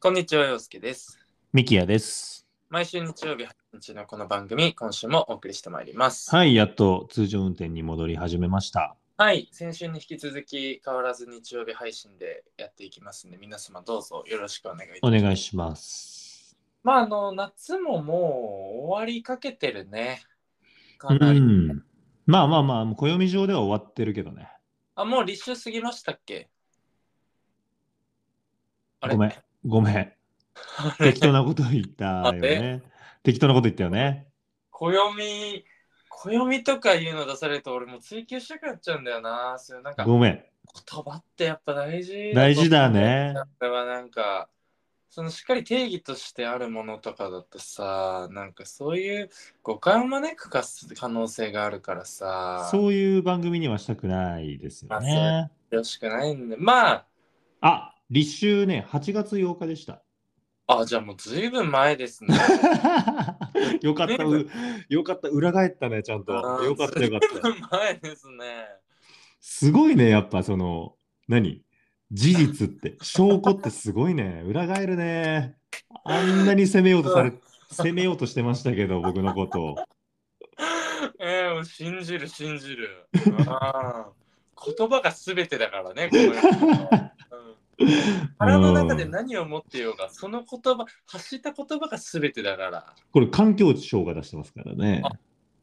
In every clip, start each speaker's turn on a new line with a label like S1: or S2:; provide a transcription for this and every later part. S1: こんにちは、陽介です。
S2: ミキヤです。
S1: 毎週日曜日配信のこの番組、今週もお送りしてまいります。はい、
S2: はい、やっと通常運転に戻り始めました。
S1: 先週に引き続き変わらず日曜日配信でやっていきますので、皆様どうぞよろしくお願いいたし
S2: お
S1: ます。
S2: 願いします。
S1: まあ、あの、夏ももう終わりかけてるね。か
S2: う
S1: なり。
S2: ん。まあまあまあ、暦上では終わってるけどね。
S1: あ、もう立秋過ぎましたっけあれ
S2: ごめん。ごめん。
S1: あれ
S2: 適当なこと言 ったよね。適当なこと言ったよね。
S1: 暦、暦とかいうの出されると俺もう追求したくなっちゃうんだよな。そういうなんか
S2: ごめん。
S1: 言葉ってやっぱ大事と
S2: 大事だね
S1: だからなんかそのしっかり定義としてあるものとかだとさなんかそういう誤解を招くかす可能性があるからさ
S2: そういう番組にはしたくないですよ
S1: ま
S2: ね。
S1: よろしくないんでま
S2: あ、立秋ね、8月8日 でした。
S1: ああじゃあもうずいぶん前ですね
S2: よかった、うよかった、裏返ったね、ちゃんと。
S1: うん
S2: よかった、よかった。
S1: 前ですね
S2: すごいね、やっぱその、何事実って、証拠ってすごいね、裏返るね。あんなに攻めようとされ、攻めようとしてましたけど、僕のことを。
S1: ええもう信じる信じるああ言葉が全てだからねこの世の中うん腹の中で
S2: うん
S1: 何を持ってようが、その言葉、発した言葉が全てだから。
S2: これ、環境省が出してますからね。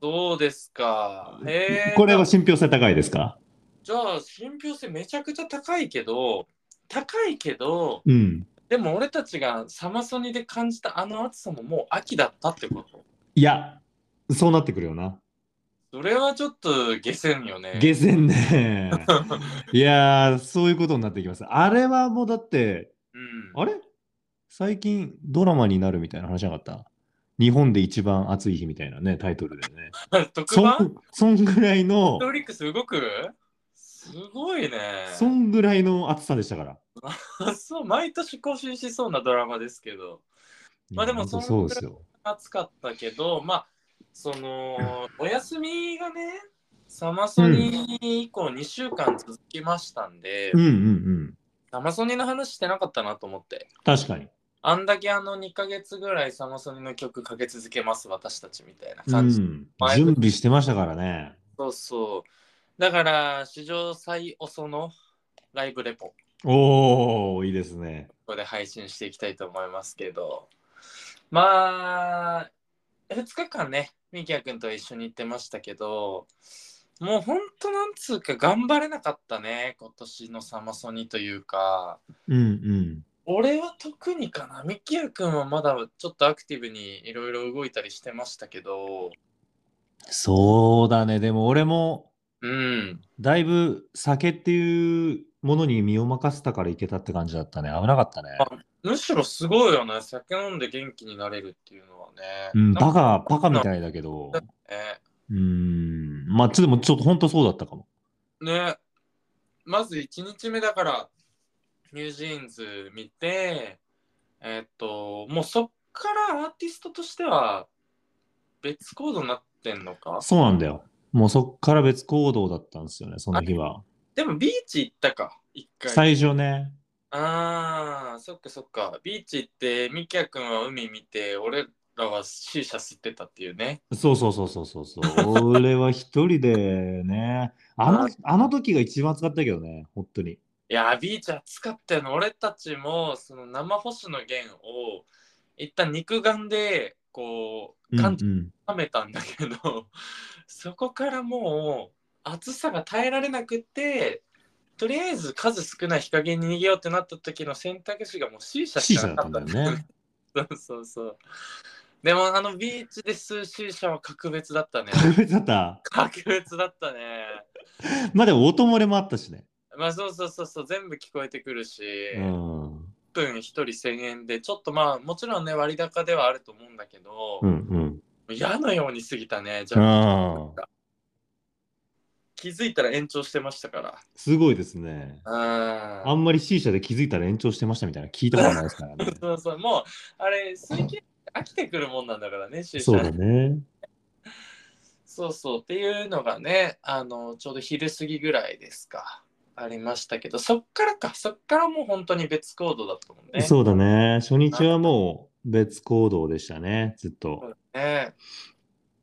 S1: どうですかへえ。
S2: これは信憑性高いですか
S1: じゃあ、信憑性めちゃくちゃ高いけど、高いけど、
S2: うん。
S1: でも俺たちがサマソニで感じたあの暑さももう秋だったってこと。
S2: いや、そうなってくるよな。
S1: それはちょっと下船よね。
S2: 下船 ね。いやー、そういうことになってきます。あれはもうだって、
S1: うん。
S2: あれ最近ドラマになるみたいな話じゃなかった日本で一番暑い日みたいなね、タイトルでね。
S1: 特
S2: そ
S1: 番
S2: んそんぐらいの
S1: ト、リックス動くすごいね。
S2: そんぐらいの暑さでしたから。
S1: そう、毎年更新しそうなドラマですけど。まあ
S2: い
S1: で
S2: や
S1: も
S2: ほんと
S1: そんぐ
S2: そ
S1: ら
S2: う
S1: い
S2: ですよ。
S1: 暑かったけど、まあ、その、お休みがね、サマソニ以降2週間続きましたんで、
S2: うんうんうん。
S1: サマソニの話してなかったなと思って。
S2: 確かに。
S1: あんだけあの2ヶ月ぐらいサマソニの曲かけ続けます、私たちみたいな
S2: う
S1: 感じ。
S2: ん
S1: 前、
S2: 準備してましたからね。
S1: そうそう。だから、史上最遅のライブレポ、
S2: おー、いいですね。
S1: ここで配信していきたいと思いますけど、まあ、2日間ね、みきやくんと一緒に行ってましたけど、もうほんとなんつうか頑張れなかったね、今年のサマソニというか、
S2: うん
S1: 俺は特にかな、みきやくんはまだちょっとアクティブにいろいろ動いたりしてましたけど、
S2: うん。そうだね。でも俺も、
S1: うん、
S2: だいぶ酒っていうものに身を任せたからいけたって感じだったね。危なかったね。
S1: むしろすごいよね、酒飲んで元気になれるっていうのはね。
S2: うん、バ
S1: なん
S2: カ、バカみたいだけど。
S1: かね
S2: うん。まあ、ちょっともうちょっと本当そうだったかも。
S1: ねまず1日目だからニュージーンズ見てえっともうそっからアーティストとしては別行動になってんのか
S2: そうなんだよ。もうそっから別行動だったんですよね、その日は。
S1: でもビーチ行ったか一回
S2: 最初ね。
S1: あーそっかそっかビーチ行ってみきやくんは海見て俺らは C 社吸ってたっていうね
S2: そうそうそうそうそうそう。俺は一人でね。あ
S1: あ
S2: の、あの時が一番暑かったけどね、本当に。
S1: いやービーチ暑かったよね俺たちもその生星野源を一旦肉眼でこう
S2: うんう
S1: 感じ
S2: ん、
S1: 冷めたんだけど そこからもう暑さが耐えられなくてとりあえず数少ない日陰に逃げようってなった時の選択肢がもう C 社し
S2: C
S1: か
S2: 社
S1: な
S2: だ
S1: か
S2: った
S1: っ
S2: ん
S1: た
S2: だよね。
S1: そうそうそうでもあのビーチで数 C 社は格別だ ったね
S2: 特別だ った。
S1: 格別だったね
S2: まあでも音漏れもあったしね。
S1: まあそうそうそうそう全部聞こえてくるし、
S2: うん。
S1: 1分1人1000円でちょっとまあもちろんね割高ではあると思うんだけど、
S2: うんうん。
S1: 矢のように過ぎたねじゃあ
S2: ああ。
S1: 気づいたら延長してましたから
S2: すごいですね。
S1: あ
S2: あんまり C 社で気づいたら延長してましたみたいな聞いたことないですからね。
S1: そうそう、もう、あれ、最近飽きてくるもんなんだからね、 シュウ
S2: そう
S1: さ
S2: だ
S1: ん。
S2: ね。
S1: そうそう、っていうのがね、あの、ちょうど昼過ぎぐらいですか。ありましたけど、そっからか、そっからもう本当に別行動だったもんね。
S2: そうだね。初日はもう別行動でしたね、ずっと。
S1: ねえ。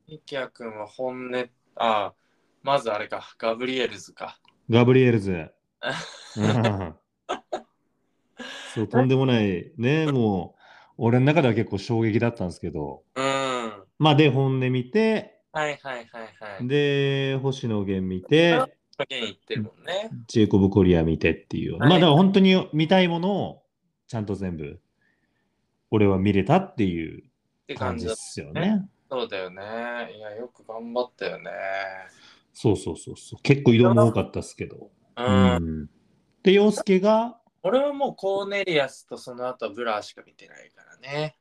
S1: ミキヤ君は本音、あ、まずあれか、ガブリエルズか。
S2: ガブリエルズ。うんそう、とんでもない。ね、もう、俺の中では結構衝撃だったんですけど。
S1: うん。は
S2: まあ、で、本音見て、
S1: いはいはいはい。
S2: で、星野源見て、
S1: ゲン行ってるもんね。
S2: ジェイコブ・コリア見てってい
S1: は
S2: う。
S1: い
S2: まあ、だから本当に見たいものを、ちゃんと全部、俺は見れたっていう
S1: って
S2: 感
S1: 感
S2: じ
S1: じ
S2: で
S1: だ。
S2: すよ
S1: ね
S2: ね。
S1: そうだよね。いや、よく頑張ったよね。
S2: そうそうそうそう。結構移動も多かったですけど。
S1: う。
S2: うんん。で、洋介が、
S1: 俺はもうコーネリアスとその後はブラーしか見てないからね。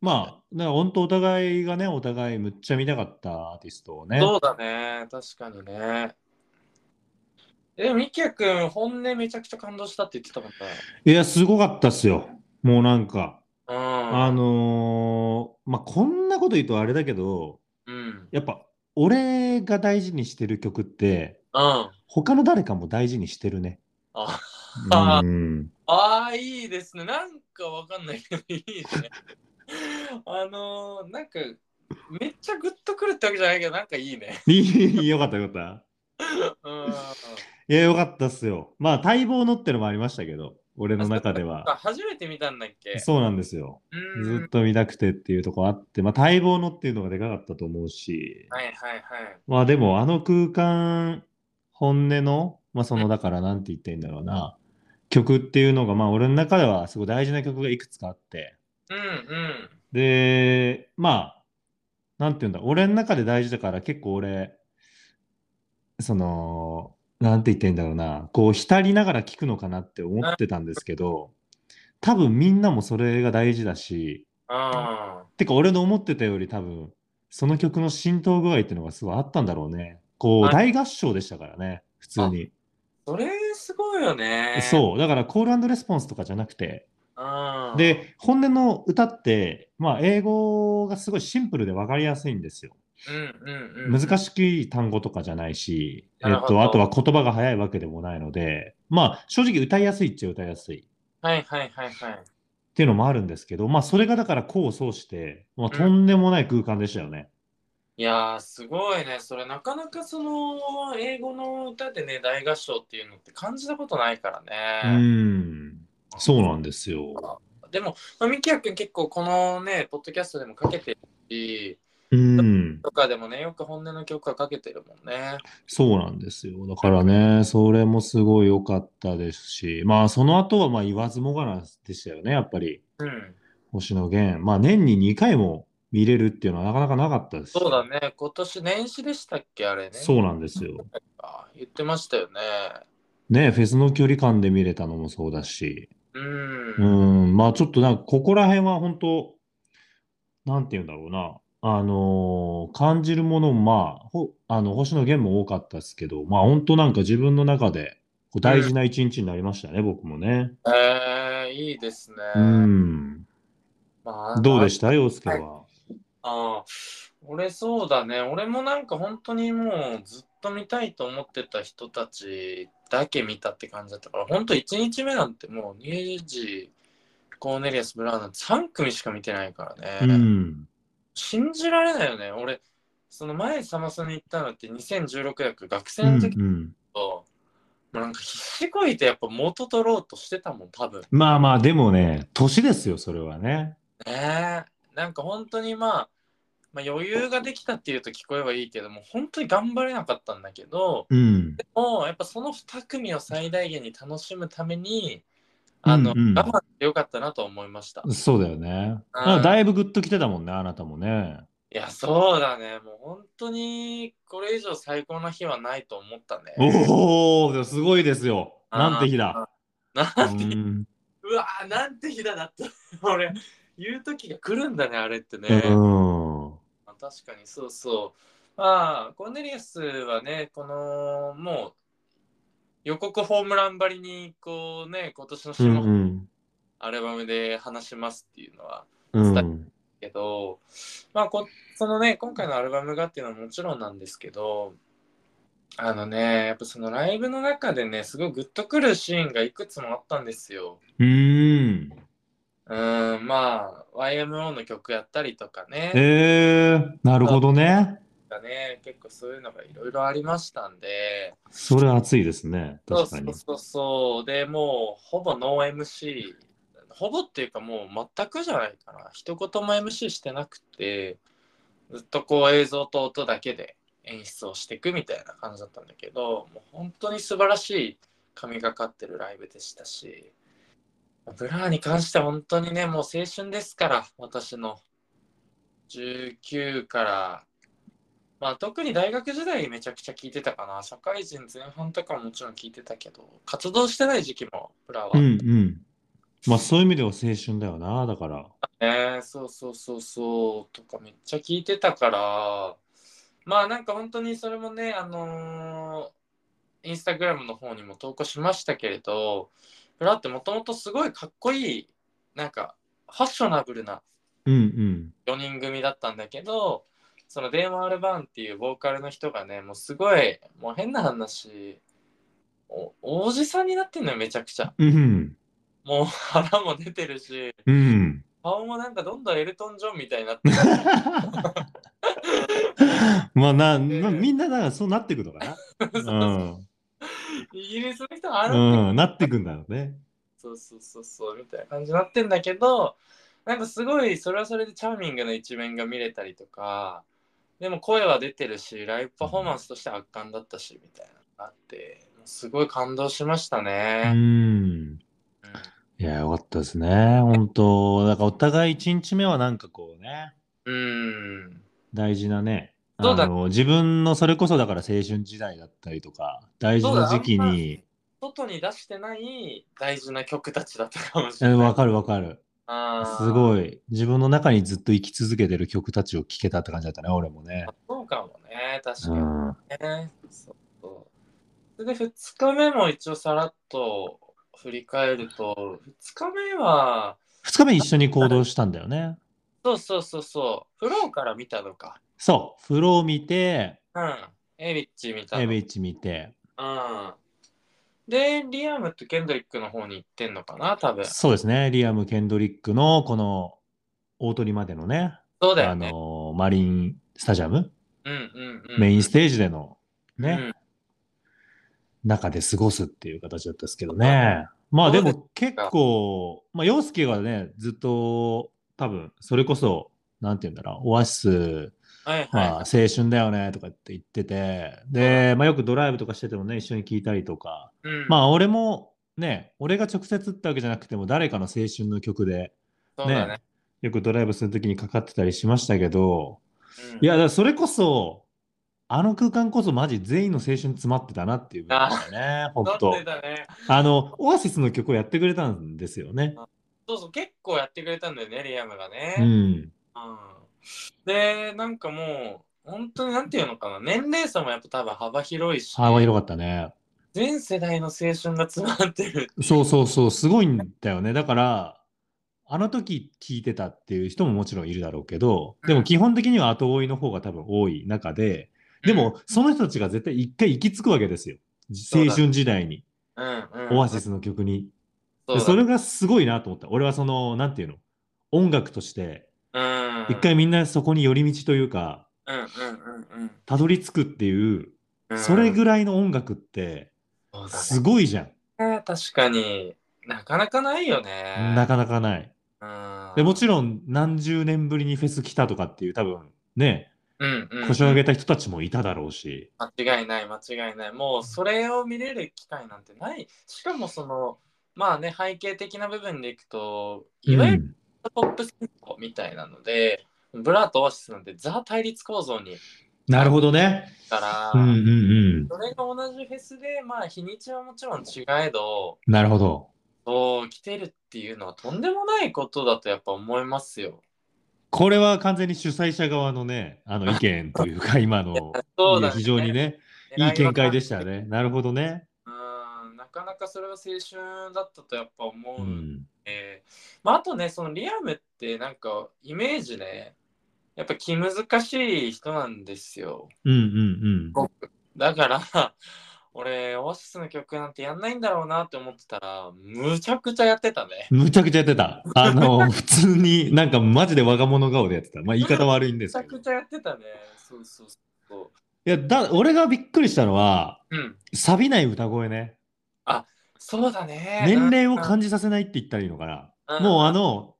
S2: まあ、だから本当お互いがね、お互いむっちゃ見たかったアーティストをね。
S1: そうだね。確かにね。え、ミキヤ君、本音めちゃくちゃ感動したって言ってたもんね。
S2: いや、すごかったっすよ。もうなんか、
S1: うん。
S2: あのーまあ、こんなこと言うとあれだけど、
S1: うん。
S2: やっぱ、俺が大事にしてる曲って、
S1: うん。
S2: 他の誰かも大事にしてるね。
S1: あ
S2: うん。
S1: ああ、いいですね。なんかわかんないけど、いいですね。 あのー、なんか、めっちゃグッとくるってわけじゃないけど、なんかいいね。
S2: いい、いいよかったよかった。
S1: うん。
S2: いや、よかったっすよ。まあ、待望のってのもありましたけど、俺の中で
S1: あ、
S2: は。
S1: 初めて見たんだっけ
S2: そうなんですよ。
S1: うー
S2: ずっ
S1: ん。
S2: と見たくてっていうとこあって、まあ、待望のっていうのがでかかったと思うし、
S1: はいはいはい。
S2: まあでもあの空間、本音の、まあそのだからなんて言ってんだろうな、曲っていうのが、まあ俺の中ではすごい大事な曲がいくつかあって、
S1: うんうん。
S2: で、まあ、なんて言うんだ、俺の中で大事だから結構俺、その、なんて言ってんだろうな、こう浸りながら聴くのかなって思ってたんですけど、多分みんなもそれが大事だし、
S1: あ
S2: てか俺の思ってたより多分その曲の浸透具合っていうのがすごいあったんだろうねこう
S1: は
S2: 大合唱でしたからね普通に、
S1: ーそれすごいよね。う。
S2: そうだからコールレスポンスとかじゃなくて
S1: あー、
S2: で本音の歌ってまあ英語がすごいシンプルで分かりやすいんですよ
S1: うんうんうん。
S2: 難しい単語とかじゃないし、
S1: な
S2: え
S1: る
S2: っ
S1: ほ
S2: と、
S1: ど
S2: あとは言葉が早いわけでもないのでまあ正直歌いやすいっちゃ歌いやすい
S1: はいはいはいはい。
S2: っていうのもあるんですけどまあそれがだから功を奏して、ま
S1: う
S2: あ、
S1: ん
S2: とんでもない空間でしたよね、
S1: いやーすごいねそれなかなかその英語の歌でね大合唱っていうのって感じたことないからね、
S2: うんそうなんですよ
S1: でも、まあ、みきやくん結構このねポッドキャストでもかけてるし
S2: うん、
S1: とかでもねよく本音の曲はかけてるもんね
S2: そうなんですよ。だからね、それもすごい良かったですし、まあその後はまあ言わずもがなでしたよね、やっぱり。
S1: うん
S2: 星野源。まあ年に2回も見れるっていうのはなかなかなかったです。
S1: そうだ。ね今年年始でしたっけあれね
S2: そうなんですよ。
S1: あ言ってましたよね
S2: ね、フェスの距離感で見れたのもそうだし、
S1: うん
S2: う、ん、まあちょっとなんかここら辺は本当、なんて言うんだろうな。あのー感じるものもまあ、ほあの星野源も多かったですけど、まあ本当なんか自分の中でこう大事な一日になりましたね、僕もね。
S1: えー、いいですね、
S2: うん。
S1: まあ、
S2: どうで
S1: し
S2: した洋介は。
S1: ああ、俺そうだね。俺もなんか本当にもうずっと見たいと思ってた人たちだけ見たって感じだったから、本当1日目なんてもうニュージー、コーネリアス・ブラウンなんて3組しか見てないから
S2: う
S1: ね。
S2: ん。
S1: 信じられないよね。俺、その前サマソニ行ったのって2016やから学
S2: う
S1: 生の
S2: ん
S1: 時
S2: うん
S1: と、もうなんか必死こいてやっぱ元取ろうとしてたもん、多分。
S2: まあまあ、でもね、年ですよ、それはね。
S1: ねえなんか本当にまあ、まあ余裕ができたっていうと聞こえはいいけども本当に頑張れなかったんだけど
S2: うん。
S1: でもやっぱその2組を最大限に楽しむためにあの、
S2: うんうん
S1: 我慢してよかったなと思いましたい
S2: そうだよね。
S1: うん
S2: だいぶグッときてたもんね、あなたもね。
S1: やそうだねもう本当にこれ以上最高な日はないと思ったね
S2: おお、すごいですよ。なんて日だ。
S1: な
S2: うん
S1: て、
S2: ん。
S1: うわーなんて日だだって俺言う時が来るんだねあれってね、
S2: うん
S1: まあ確かにそうそう。まあ、コーネリアスはね、このもう予告ホームランばりに、こうね、今年の
S2: う
S1: 下半期
S2: ん。
S1: アルバムで話しますっていうのは、
S2: うん。
S1: けど、まあこ、そのね、今回のアルバムがっていうのはもちろんなんですけど、あのね、やっぱそのライブの中でね、すごいグッとくるシーンがいくつもあったんですよ。
S2: うーん。
S1: うーん、まあ、YMO の曲やったりとかね、
S2: えー、なるほどね。
S1: がね結構そういうのがいろいろありましたんで、
S2: それ熱いですね。
S1: そう
S2: 確
S1: そ
S2: かに
S1: う。そうそう、でもうほぼノー MC、ほぼっていうかもう全くじゃないかな、一言も MC してなくて、ずっとこう映像と音だけで演出をしていくみたいな感じだったんだけど、もう本当に素晴らしい神がかってるライブでしたし、ブラーに関しては本当にね、もう青春ですから、私の19からまあ特に大学時代めちゃくちゃ聞いてたかな。社会人前半とかももちろん聞いてたけど、活動してない時期もプラはあっ
S2: う
S1: た
S2: ん
S1: ね。
S2: うん。まあそういう意味では青春だよな、だから。
S1: そうそうそうそう。とかめっちゃ聞いてたから、まあなんか本当にそれもね、あのーインスタグラムの方にも投稿しましたけれど、プラってもともとすごいかっこいい、なんかファッショナブルな
S2: うんうん。
S1: 4人組だったんだけどそのデーマ・アルバーンっていうボーカルの人がねもうすごいもう変な話おおじさんになってんのよめちゃくちゃ
S2: うん
S1: もう腹も出てるし
S2: うん。うん。
S1: 顔もなんかどんどんエルトン・ジョンみたいになってる
S2: まあな、まあみんなだからそうなってくのかな。
S1: イギリスの人はあ
S2: う
S1: あなってる
S2: ん。うん、なってくんだろうね。
S1: そうそうそうそうみたいな感じになってんだけどなんかすごいそれはそれでチャーミングな一面が見れたりとかでも声は出てるしライブパフォーマンスとして圧巻だったしみたいなのがあってすごい感動しました
S2: う
S1: ね。
S2: ん。いや、よかったですね。本当だからお互い1日目はなんかこうね、
S1: うん。
S2: 大事なね、
S1: そうだ
S2: あの自分のそれこそだから青春時代だったりとか、大事な時期に、
S1: 外に出してない大事な曲たちだったかもし
S2: え
S1: れない。
S2: わかるわかる。
S1: あー
S2: すごい。自分の中にずっと生き続けてる曲たちを聴けたって感じだったね、俺もね。
S1: そうかもね、確か
S2: う
S1: に
S2: ん。
S1: ね。そうそうそれで2日目も一応さらっと振り返ると、2日目は、
S2: 二日目一緒に行動したんだよね。
S1: そうそうそうそう、フローから見たのか。
S2: そう。フロー見て、
S1: うん。エビッチ見たの。
S2: エビッチ見て、
S1: うん。で、リアムとケンドリックの方に行ってんのかな、多分。
S2: そうですね。リアム・ケンドリックのこの大鳥までのね、
S1: そうだ
S2: あ
S1: よね。
S2: のマリンスタジアム
S1: うんうんうん。
S2: メインステージでのね、
S1: うん
S2: 中で過ごすっていう形だったですけどね。まあで
S1: そ
S2: も結構、まあ洋介がね、ずっと多分、それこそ、なんて言うんだろう、オアシス、
S1: はいはい。
S2: まあ青春だよねとかって言ってて、で、まあよくドライブとかしててもね、一緒に聞いたりとか、
S1: うん
S2: まあ俺もね、俺が直接ってわけじゃなくても、誰かの青春の曲で、
S1: そうだね。
S2: よくドライブするときにかかってたりしましたけど、
S1: うん
S2: いや、だからそれこそ、あの空間こそマジ全員の青春詰まってたなっていう部分だよね、ほん
S1: な
S2: と
S1: んで。だね。
S2: あの、オアシスの曲をやってくれたんですよね。
S1: そうそう、結構やってくれたんだよね、リアムがね。
S2: うん。
S1: うんで、なんかもう、本当になんていうのかな、年齢差もやっぱ多分幅広いし、
S2: 幅広かったね。
S1: 全世代の青春が詰まってる。
S2: そうそうそう、すごいんだよね。だから、あの時聴いてたっていう人ももちろんいるだろうけど、でも基本的には後追いの方が多分多い中で、でもその人たちが絶対一回行き着くわけですよ。
S1: うだ
S2: 青春時代に、
S1: うん、うんうん、
S2: オアシスの曲に。
S1: そ
S2: で
S1: う
S2: そ
S1: れ
S2: れがすごいなと思った。俺はその、なんていうの音楽として、
S1: うん、
S2: 一回みんなそこに寄り道というか、
S1: うんうんうん
S2: たどり着くっていう、
S1: うん。
S2: それ
S1: らい
S2: ぐらいの音楽って、。
S1: そうだ
S2: すごいじゃん。
S1: ね確かになかなかないよね。
S2: なかなかない。
S1: うん、
S2: でもちろん、何十年ぶりにフェス来たとかっていう、多分ね、
S1: うん、うん、
S2: 腰を上げた人たちもいただろうし。
S1: 間違いない間違いないもうそれを見れる機会なんてないしかもそのまあね背景的な部分でいくといわゆるポップスコみたいなので、ブラとオアシスなんてザ対立構造に
S2: うんなるほどね。
S1: から、
S2: うんうんうん。
S1: それが同じフェスでまあ日にちはもちろん違えど
S2: なるほど。
S1: そう来てるっていうのはとんでもないことだとやっぱ思いますよ。
S2: これは完全に主催者側のね、あの意見というか、今の、
S1: そうだね
S2: 非常にね、いい見解でしたね。なるほどね。
S1: うんなかなかそれは青春だったとやっぱ思う
S2: うんん。
S1: で、まあ、あとねそのリアムってなんかイメージねやっぱ気難しい人なんですよ
S2: うんうんうん。
S1: だから、 俺、オアシスの曲なんてやんないんだろうなって思ってたら、むちゃくちゃやってたね。
S2: むちゃくちゃやってた。あの、 普通になんかマジで我が物顔でやってた。まあ言い方悪いんで
S1: むち
S2: す
S1: ゃ
S2: けど。
S1: く
S2: い
S1: ちゃやってたね。そうそうそ
S2: や、だ、俺がびっくりしたのは、
S1: う。うん。
S2: 錆びない歌声ね。
S1: そうだね。
S2: 年齢を
S1: じ
S2: 感じさせないって言ったらいいのかな。
S1: うん
S2: もうあの、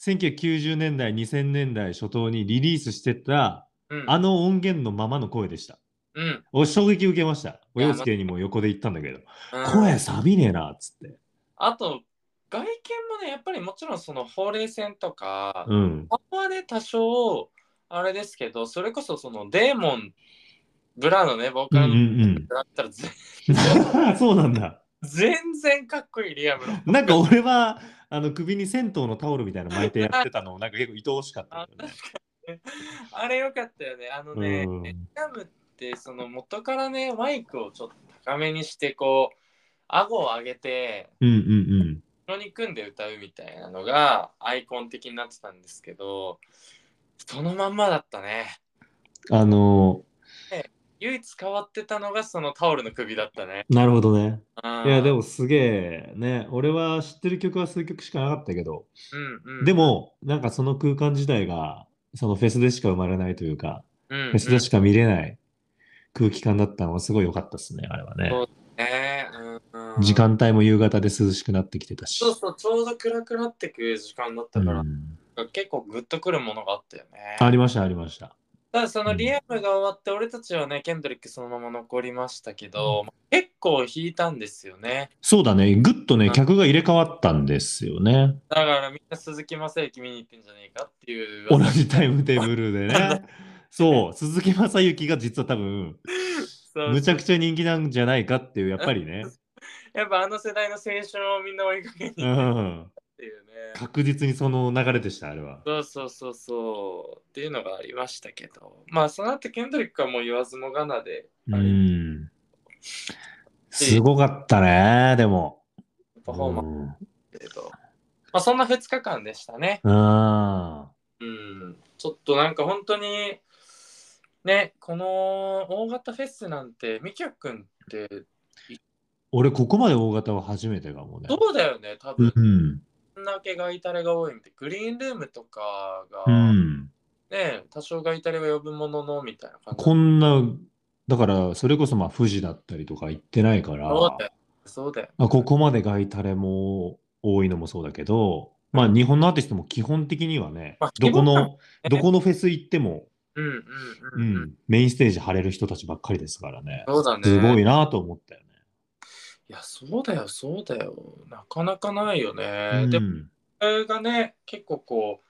S2: 1990年代、2000年代初頭にリリースしてた、
S1: うん。
S2: あの音源のままの声でした。
S1: うん。
S2: 俺、衝撃受けました。お
S1: いや
S2: 洋介にも横で言ったんだけど、
S1: うん
S2: 声錆びねえな、っつって。
S1: あと、外見もね、やっぱりもちろんそのほうれい線とか、
S2: うん。
S1: ここはね、多少、あれですけど、それこそそのデーモン、ブラのね、ボー
S2: う
S1: カ
S2: んう
S1: ルの
S2: ん
S1: だったらぜ
S2: うん。 そうなんだ。
S1: 全然かっこいいリアムの。
S2: なんか俺は、あの、首に銭湯のタオルみたいなの巻いてやってたの、なんか結構愛おしかったんだよね。
S1: あれよかったよね。 あのね、
S2: うん
S1: リアムってその元からね、マイクをちょっと高めにして、こう、顎を上げて、
S2: うんうんうん。
S1: 後ろに組んで歌うみたいなのがアイコン的になってたんですけど、そのまんまだったね。
S2: あの
S1: 唯一変わってたのがそのタオルの首だったね。
S2: なるほどね。
S1: あー
S2: いや、でも、すげえね。俺は知ってる曲は数曲しかなかったけど、
S1: うんうん、
S2: で、も、なんかその空間自体が、そのフェスでしか生まれないというか、
S1: うんうん
S2: フェスでしか見れない空気感だったのはすごい良かったですね、あれはね
S1: そ。ねうんうん
S2: 時間帯も夕方で涼しくなってきてたし
S1: そ。うそう、ちょうど暗くなってく時間だったから、
S2: うん
S1: 結構グッとくるものがあったよね。
S2: ありました、ありました。
S1: ただそのリアムが終わって、俺たちはね、ケンドリックそのまま残りましたけど、結構引いたんですよね。
S2: そうだね、ぐっと
S1: う
S2: ね、
S1: ん
S2: 客が入れ替わったんですよね。
S1: だからみんな鈴木雅之見に行ってんじゃねえかっていう。
S2: 同じタイムテーブルでね。そう、鈴木雅之が実は多分、
S1: そう
S2: むちゃくちゃ人気なんじゃないかっていう、やっぱりね。
S1: やっぱあの世代の青春をみんな追いかけにっ
S2: うん。
S1: ていうね。
S2: 確実にその流れでした、あれは。
S1: そうそうそうそうっていうのがありましたけどまあその後ケンドリックはもう言わずもがなで、
S2: う
S1: やっ
S2: ん。すごかったね、でも。
S1: ぱパフォーマンス
S2: うん
S1: だけど、まあそんな2日間でしたね
S2: うん。
S1: うんちょっとなんか本当にねこの大型フェスなんてみきゃくんって
S2: 俺、ここまで大型は初めてかもね。
S1: そうだよね多
S2: う
S1: 分
S2: ん。
S1: こんだけガイタレが多いみたいグリーンルームとかが、
S2: うん。
S1: ね多少ガイタレは呼ぶもののみたいな感じ
S2: こんな、だから、それこそまあ、富士だったりとか行ってないから、
S1: そうだよそうだよ
S2: まあ、ここまでガイタレも多いのもそうだけど、まあ、日本のアーティストも基本的にはね
S1: まあ、
S2: どこ
S1: 基本
S2: の、どこのフェス行っても、
S1: うんうん
S2: う
S1: うん、うん、
S2: ん、メインステージ張れる人たちばっかりですからね。
S1: そうだね
S2: すごいなと思ったよね。
S1: いや、そうだよ、そうだよ。なかなかないよね。
S2: う
S1: でも、
S2: ん
S1: これがね、結構こ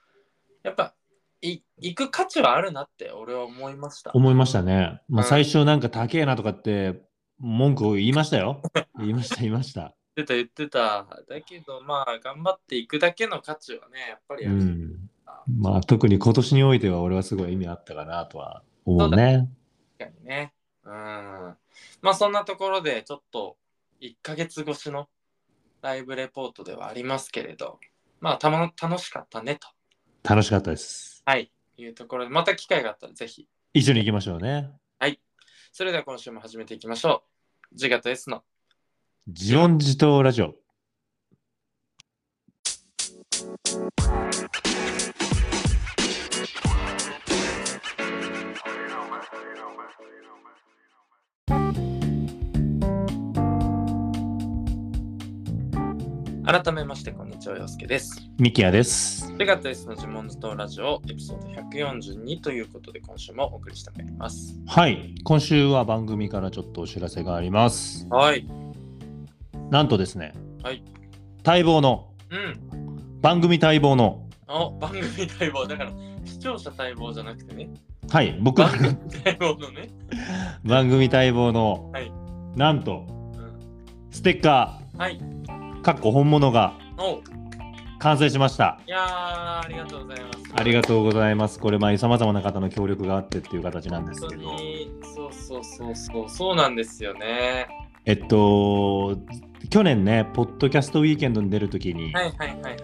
S1: う、やっぱ、い行く価値はあるなって俺は思いました。
S2: 思いましたね。まあ、
S1: うん
S2: 最初なんか高えなとかって文句を言いましたよ。 言いました、言いました。
S1: 言ってた、言ってた。だけど、まあ、頑張っていくだけの価値はね、やっぱり
S2: う
S1: ある。
S2: ん。まあ、特に今年においては俺はすごい意味あったかなとは思うね。
S1: 確かにね。うん。まあ、そんなところで、ちょっと、1ヶ月越しのライブレポートではありますけれど、まあ、たま楽しかったねと。
S2: 楽しかったです。
S1: はい。いうところで、また機会があったらぜひ。
S2: 一緒に行きましょうね。
S1: それでは今週も始めていきましょう。ジガと S の
S2: ジオン自動ラジオ。
S1: 改めましてこんにちは洋介です
S2: ミキヤです。
S1: 4月 S の呪文図とラジオエピソード142ということで今週もお送りしてまいります
S2: はい。今週は番組からちょっとお知らせがあります。
S1: はい
S2: なんとですね。
S1: はい
S2: 待望の、
S1: うん
S2: 番組待望の、
S1: あ番組待望だから視聴者待望じゃなくてね
S2: はい、僕
S1: 番組待望のね、
S2: 番組待望の、
S1: はい
S2: なんと
S1: うん、
S2: ステッカ
S1: はい
S2: ーかっこ本物が
S1: おい
S2: 完成しました
S1: やーありがとうございます
S2: ありがとうございますこれまあさまざまな方の協力があってっていう形なんです
S1: 本
S2: け
S1: 当
S2: ど
S1: にそうそうそうそうそうなんですよね
S2: えっと去年ねポッドキャストウィーケンドに出る時に、
S1: はいはいはいはい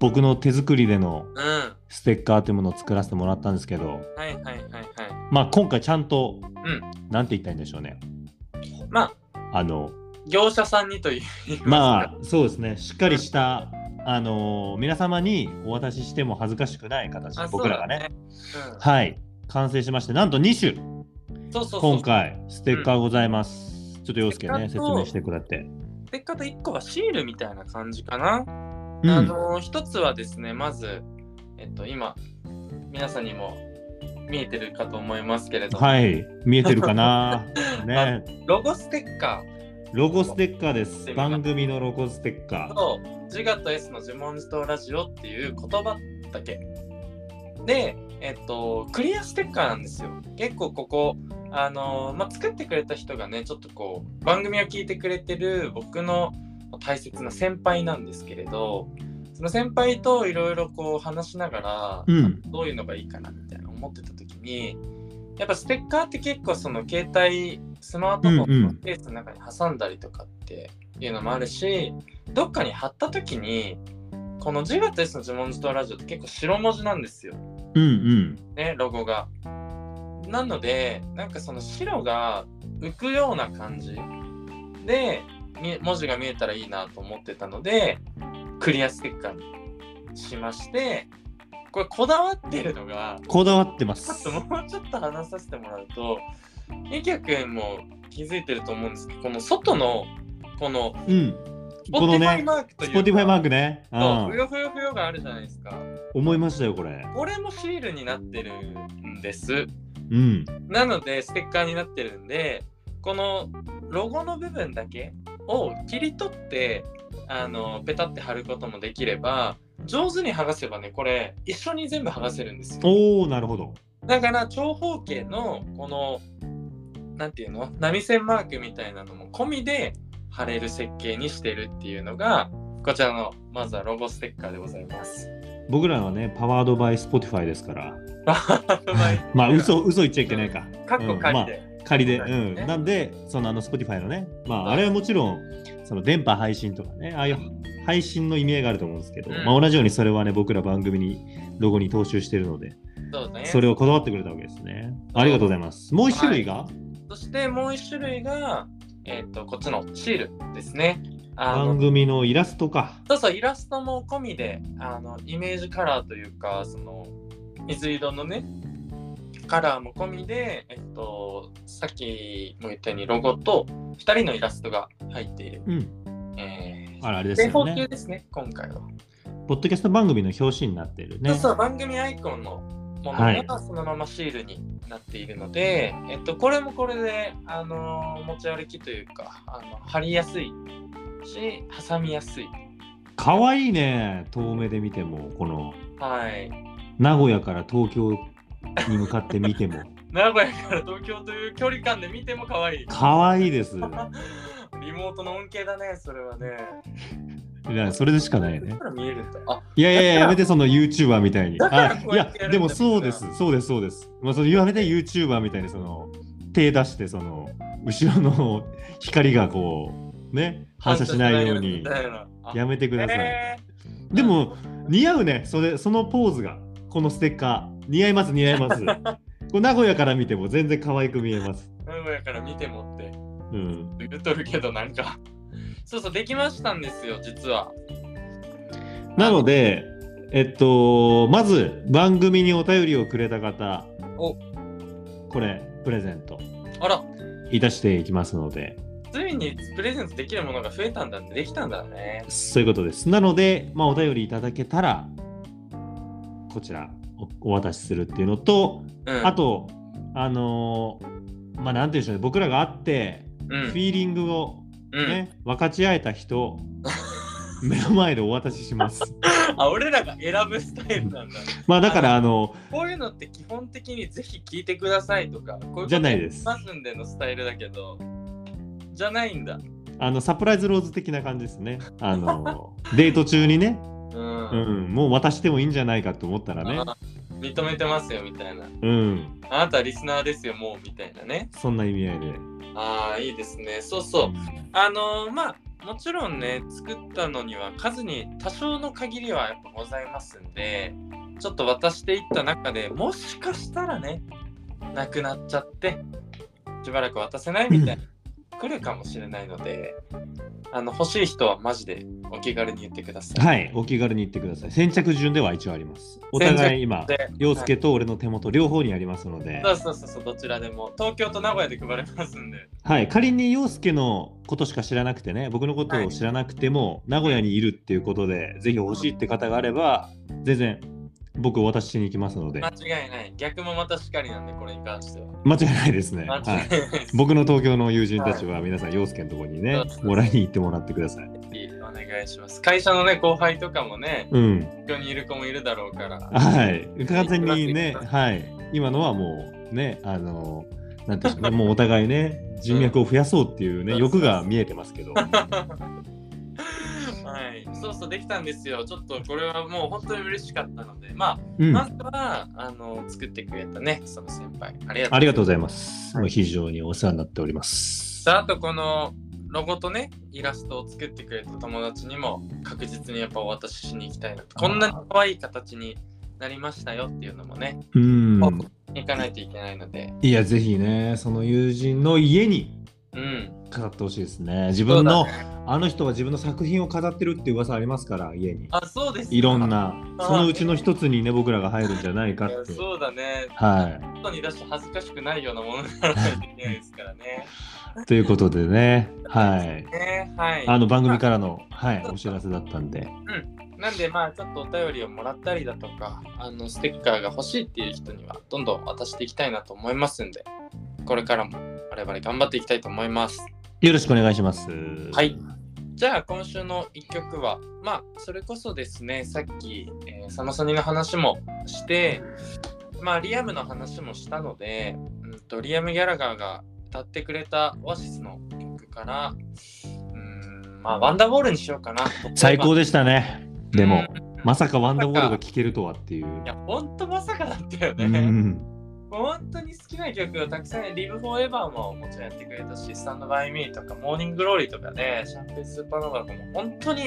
S2: 僕の手作りでの
S1: うん
S2: ステッカーっていうものを作らせてもらったんですけど
S1: はいはいはいはい
S2: まあ今回ちゃんと、
S1: ん
S2: なんて言ったらいいんでしょうね。
S1: ま
S2: あの、
S1: 業者さんにという言いますか
S2: まあそうですね、しっかりした、あの皆様にお渡ししても恥ずかしくない形で
S1: あ
S2: 僕らがね、
S1: そうだね
S2: はい、完成しまして、なんと2種、
S1: うんそうそうそう
S2: 今回、ステッカーございます。ちょっと洋介ね、
S1: ステ
S2: 説
S1: ッカーと
S2: 明してくれて。
S1: ステッカーと1個はシールみたいな感じかな、
S2: うん
S1: あの一つはですねまず、えっと、今皆さんにも見えてるかと思いますけれども、
S2: はい、見えてる かなね、
S1: ロゴステッカー
S2: ロゴステッカーです。
S1: 見てみます
S2: 番組のロゴステッカー。
S1: と「自我と S の自問自答ラジオ」っていう言葉だけで、えっと、クリアステッカーなんですよ結構ここあのまあ、作ってくれた人がねちょっとこう番組を聞いてくれてる僕の大切な先輩なんですけれどその先輩といろいろこう話しながら、
S2: うん、
S1: どういうのがいいかなみたいな思ってた時にやっぱステッカーって結構その携帯スマートフォンのケースの中に挟んだりとかっていうのもあるし、どっかに貼った時にこの「自我と S の自問自答ラジオ」って結構白文字なんですよ
S2: うん、うん。
S1: ねロゴが。なのでなんかその白が浮くような感じでみ文字が見えたらいいなと思ってたのでクリアステッカーにしましてこれこだわってるのが
S2: こだわってま
S1: ちょっ
S2: す
S1: と。 もうちょっと話させてもらうと、みきゃくんも気づいてると思うんですけど、この外の、この、
S2: うん。この
S1: Spotify
S2: ね、
S1: マークというか、
S2: Spotify マークね。う
S1: と、
S2: ん
S1: ふよふよふよがあるじゃないですか。
S2: 思いましたよ、これ。
S1: これもシールになってるんです。
S2: うん。
S1: なので、ステッカーになってるんで、このロゴの部分だけを切り取って、あの、ペタって貼ることもできれば、上手に剥がせばね、これ、一緒に全部剥がせるんですよ。
S2: おー、なるほど。
S1: だから長方形のこのなんていうの波線マークみたいなのも込みで貼れる設計にしてるっていうのがこちらのまずはロゴステッカーでございます。
S2: 僕らはね、パワードバイ Spotify ですから。 ま
S1: ま
S2: あ、嘘、嘘言っちゃいけないか。
S1: かっこ
S2: うん
S1: 仮
S2: ま
S1: で。
S2: あ仮で。
S1: そう
S2: う
S1: だよ
S2: ん。
S1: ね
S2: なんで、そのあの Spotify のね、まあ、あれはもちろん、その電波配信とかね、ああいう配信の意味合いがあると思うんですけど、
S1: うん
S2: まあ、同じようにそれはね、僕ら番組に、ロゴに踏襲してるので、
S1: そうだね
S2: それをこだわってくれたわけですね。ありがとうございます。もう一種類が、
S1: そしてもう一種類が、えっとこっちのシールですね。あの
S2: 番組のイラストか。
S1: そうそうイラストも込みであのイメージカラーというかその水色のねカラーも込みで、えっと、さっきも言ったようにロゴと2人のイラストが入っている、
S2: うん。
S1: えー
S2: あれあれです
S1: 正
S2: よ
S1: 方
S2: ね
S1: 形。ですね今回は、
S2: ポッドキャスト番組の表紙になってるね。
S1: そうそう番組アイコンのもの
S2: はい
S1: がそのままシールになっているので、えっと、これもこれで、あの持ち歩きというかあの貼りやすいし挟みやすい
S2: かわいいね遠目で見てもこの
S1: はい
S2: 名古屋から東京に向かって見ても
S1: 名古屋から東京という距離感で見ても可愛い
S2: かわいい ですい
S1: リモートの恩恵だね、それはね。
S2: やそれでしかない
S1: だ
S2: ね
S1: から見えるんだ。あ、
S2: いやい やいややめてその YouTuber みたいに
S1: だから
S2: あ
S1: こ
S2: いう
S1: やっ
S2: や
S1: てやるんだ
S2: でもそうですそうですそうです、まあ、そのやめて YouTuber みたいにその手出してその後ろの光がこうね 反射しないように
S1: 反射しないようにみたいな。
S2: やめてください、
S1: えー
S2: でも、似合うねそれそのポーズがこのステッカー似合います似合います こう名古屋から見ても全然可愛く見えます
S1: 名古屋から見てもって
S2: うん
S1: 言うとるけど、なんか。そうそう、できましたんですよ、実は。
S2: なので、えっと、まず番組にお便りをくれた方、
S1: お
S2: これ、プレゼント
S1: あら、
S2: いたしていきますので、
S1: ついにプレゼントできるものが増えたんだね。できたんだね。
S2: そういうことです。なので、まあ、お便りいただけたら、こちらお、お渡しするっていうのと、
S1: うん。
S2: あ、と、あのーまあ、なんていうんでしょうね、僕らが会って、
S1: うん。
S2: フィーリングを、
S1: うん、
S2: ね分かち合えた人、目の前でお渡しします。
S1: あ、俺らが選ぶスタイルなんだ。
S2: まあ、だから、あの、
S1: こういうのって基本的にぜひ聞いてくださいとか、こういうこと
S2: じゃないです
S1: マスンでのスタイルだけど、じゃないんだ。
S2: あのサプライズローズ的な感じですね。あのデート中にね、
S1: うん。
S2: うん、もう渡してもいいんじゃないかと思ったらね、
S1: あ認めてますよみたいな。
S2: うん、
S1: あなたはリスナーですよもうみたいなね。
S2: そんな意味合いで。
S1: ああ、いいですね。そうそう。あのーまあ、もちろんね、作ったのには数に多少の限りはやっぱございますんで、ちょっと渡していった中でもしかしたらね、なくなっちゃってしばらく渡せないみたいな来るかもしれないのであの欲しい人はマジでお気軽に言ってください。
S2: はい、お気軽に言ってください。先着順では一応あります。お互い今、
S1: で
S2: 洋介と俺の手元両方にありますので、
S1: そうそうそうそうどちらでも東京と名古屋で配れますんで
S2: はい、仮に洋介のことしか知らなくてね、僕のことを知らなくても、名古屋にいるっていうことで、ぜひ欲しいって方があれば、全然僕お渡ししに行きますので
S1: 間、違いない逆もまたしかりなんでこれに関しては
S2: 間違いないですね。
S1: 間違
S2: はい
S1: ない
S2: い
S1: です、
S2: 僕の東京の友人たちは皆さん、洋介のところにね
S1: そうそ、う
S2: もらいに行ってもらってください。
S1: お願いします会社のね後輩とかもね
S2: うん。
S1: 東京にいる子もいるだろうから
S2: はい、完全にね、
S1: 行きます
S2: はい、今のはもうね、あの、なんていうんです かね、もうお互いね、人脈を増やそうっていうね、
S1: うん
S2: 欲が見えてますけど。
S1: はい、そうそうできたんですよ。ちょっとこれはもう本当に嬉しかったので、ま
S2: う
S1: あ、
S2: ん
S1: ま、ずはあの作ってくれたね、その先輩。ありがとう
S2: ありがとうございます。もう非常にお世話になっております。
S1: さああとこのロゴとね、イラストを作ってくれた友達にも確実にやっぱお渡ししに行きたいなと。こんなに可愛い形になりましたよっていうのもね、
S2: うん、
S1: 行かないといけないので。
S2: いや、ぜひね、その友人の家に
S1: うん。
S2: 飾ってほしいですね。自分の、
S1: そうだね
S2: あの人は自分の作品を飾ってるって噂ありますから、家に。
S1: あ、そうですか。
S2: いろんな、
S1: あ
S2: そのうちの一つにね、僕らが入るんじゃない
S1: い
S2: か
S1: や。
S2: って。
S1: そうだね。
S2: はい。
S1: 外に出して恥ずかしくないようなものにならないといけないですからね。
S2: ということでね、はい。
S1: ねはい。
S2: あの番組からの、 はい、お知らせだったんで、
S1: なんでまあちょっとお便りをもらったりだとかあのステッカーが欲しいっていう人にはどんどん渡していきたいなと思いますんでこれからも我々頑張っていきたいと思います
S2: よろしくお願いします。
S1: はい。じゃあ今週の1曲はまあそれこそですねさっき、えー佐野さんの話もしてまあリアムの話もしたので、うん、とリアム・ギャラガーが歌ってくれたオアシスの曲からうんまあワンダーボールにしようかな
S2: 最高でしたね。でも、
S1: うん
S2: まさかワンダーボールが聴けるとはっていう。
S1: いやほんとまさかだったよね、
S2: うん、
S1: 本当に好きな曲をたくさん、リブフォーエバーももちろんやってくれたし、スタンドバイミーとか、モーニンググローリーとかね、シャンペーンスーパーノーバとかも本当に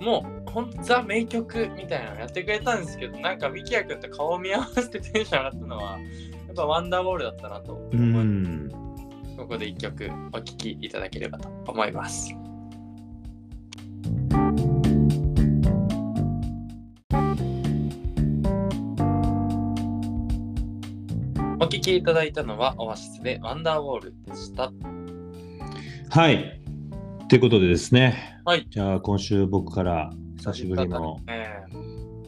S1: もう、ほんとザ名曲みたいなのやってくれたんですけど、なんかミキヤ君と顔を見合わせてテンション上がったのは、やっぱワンダーボールだったなと思
S2: う
S1: い、
S2: ん、
S1: ここで一曲お聴きいただければと思います。お聴きいただいたのはオアシスでワンダーウォールでした。
S2: はい。ということでですね、
S1: はい。
S2: じゃあ今週僕から久しぶりの
S1: ええ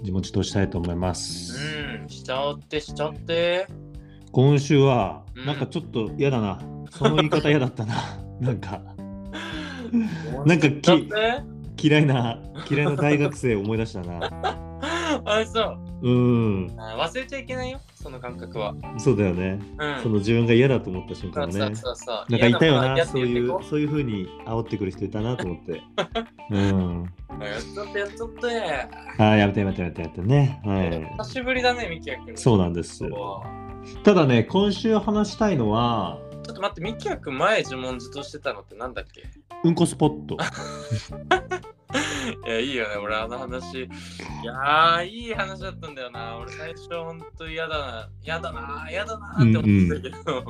S2: 自問自答したいと思います。
S1: うん、しちゃおうってしちゃおうって。
S2: 今週は、
S1: うん
S2: なんかちょっと嫌だな。その言い方嫌だったな。 なんか、なんか
S1: しちゃおうっ
S2: き
S1: て
S2: 嫌いな、嫌いな大学生思い出したな。
S1: あ、そう。
S2: うん、
S1: あ忘れちゃいけないよ、その感覚は。
S2: そうだよね。
S1: うん。
S2: その自分が嫌だと思った瞬間も
S1: そ
S2: ね
S1: う。そうそう。
S2: なんかいたよ
S1: 嫌
S2: な、
S1: も
S2: そうい
S1: んは
S2: う、そういう風に煽ってくる人いたなと思 って。うん。
S1: やってやってこうやっちゃってやっちゃって。
S2: あーやめてやめてやめてやめてね。は
S1: 久しぶりだね、ミキヤ君。
S2: い。そう
S1: う
S2: なんです。
S1: ち
S2: ただね、今週話したいのは、
S1: ょっと待って、ミキヤ君前自問自答してたのってなんだっけ
S2: うんこスポット。
S1: いや、いいよね、俺あの話。いやー、いい話だったんだよな。俺最初ほんと嫌だな、嫌だな、嫌だなって思ってたけど、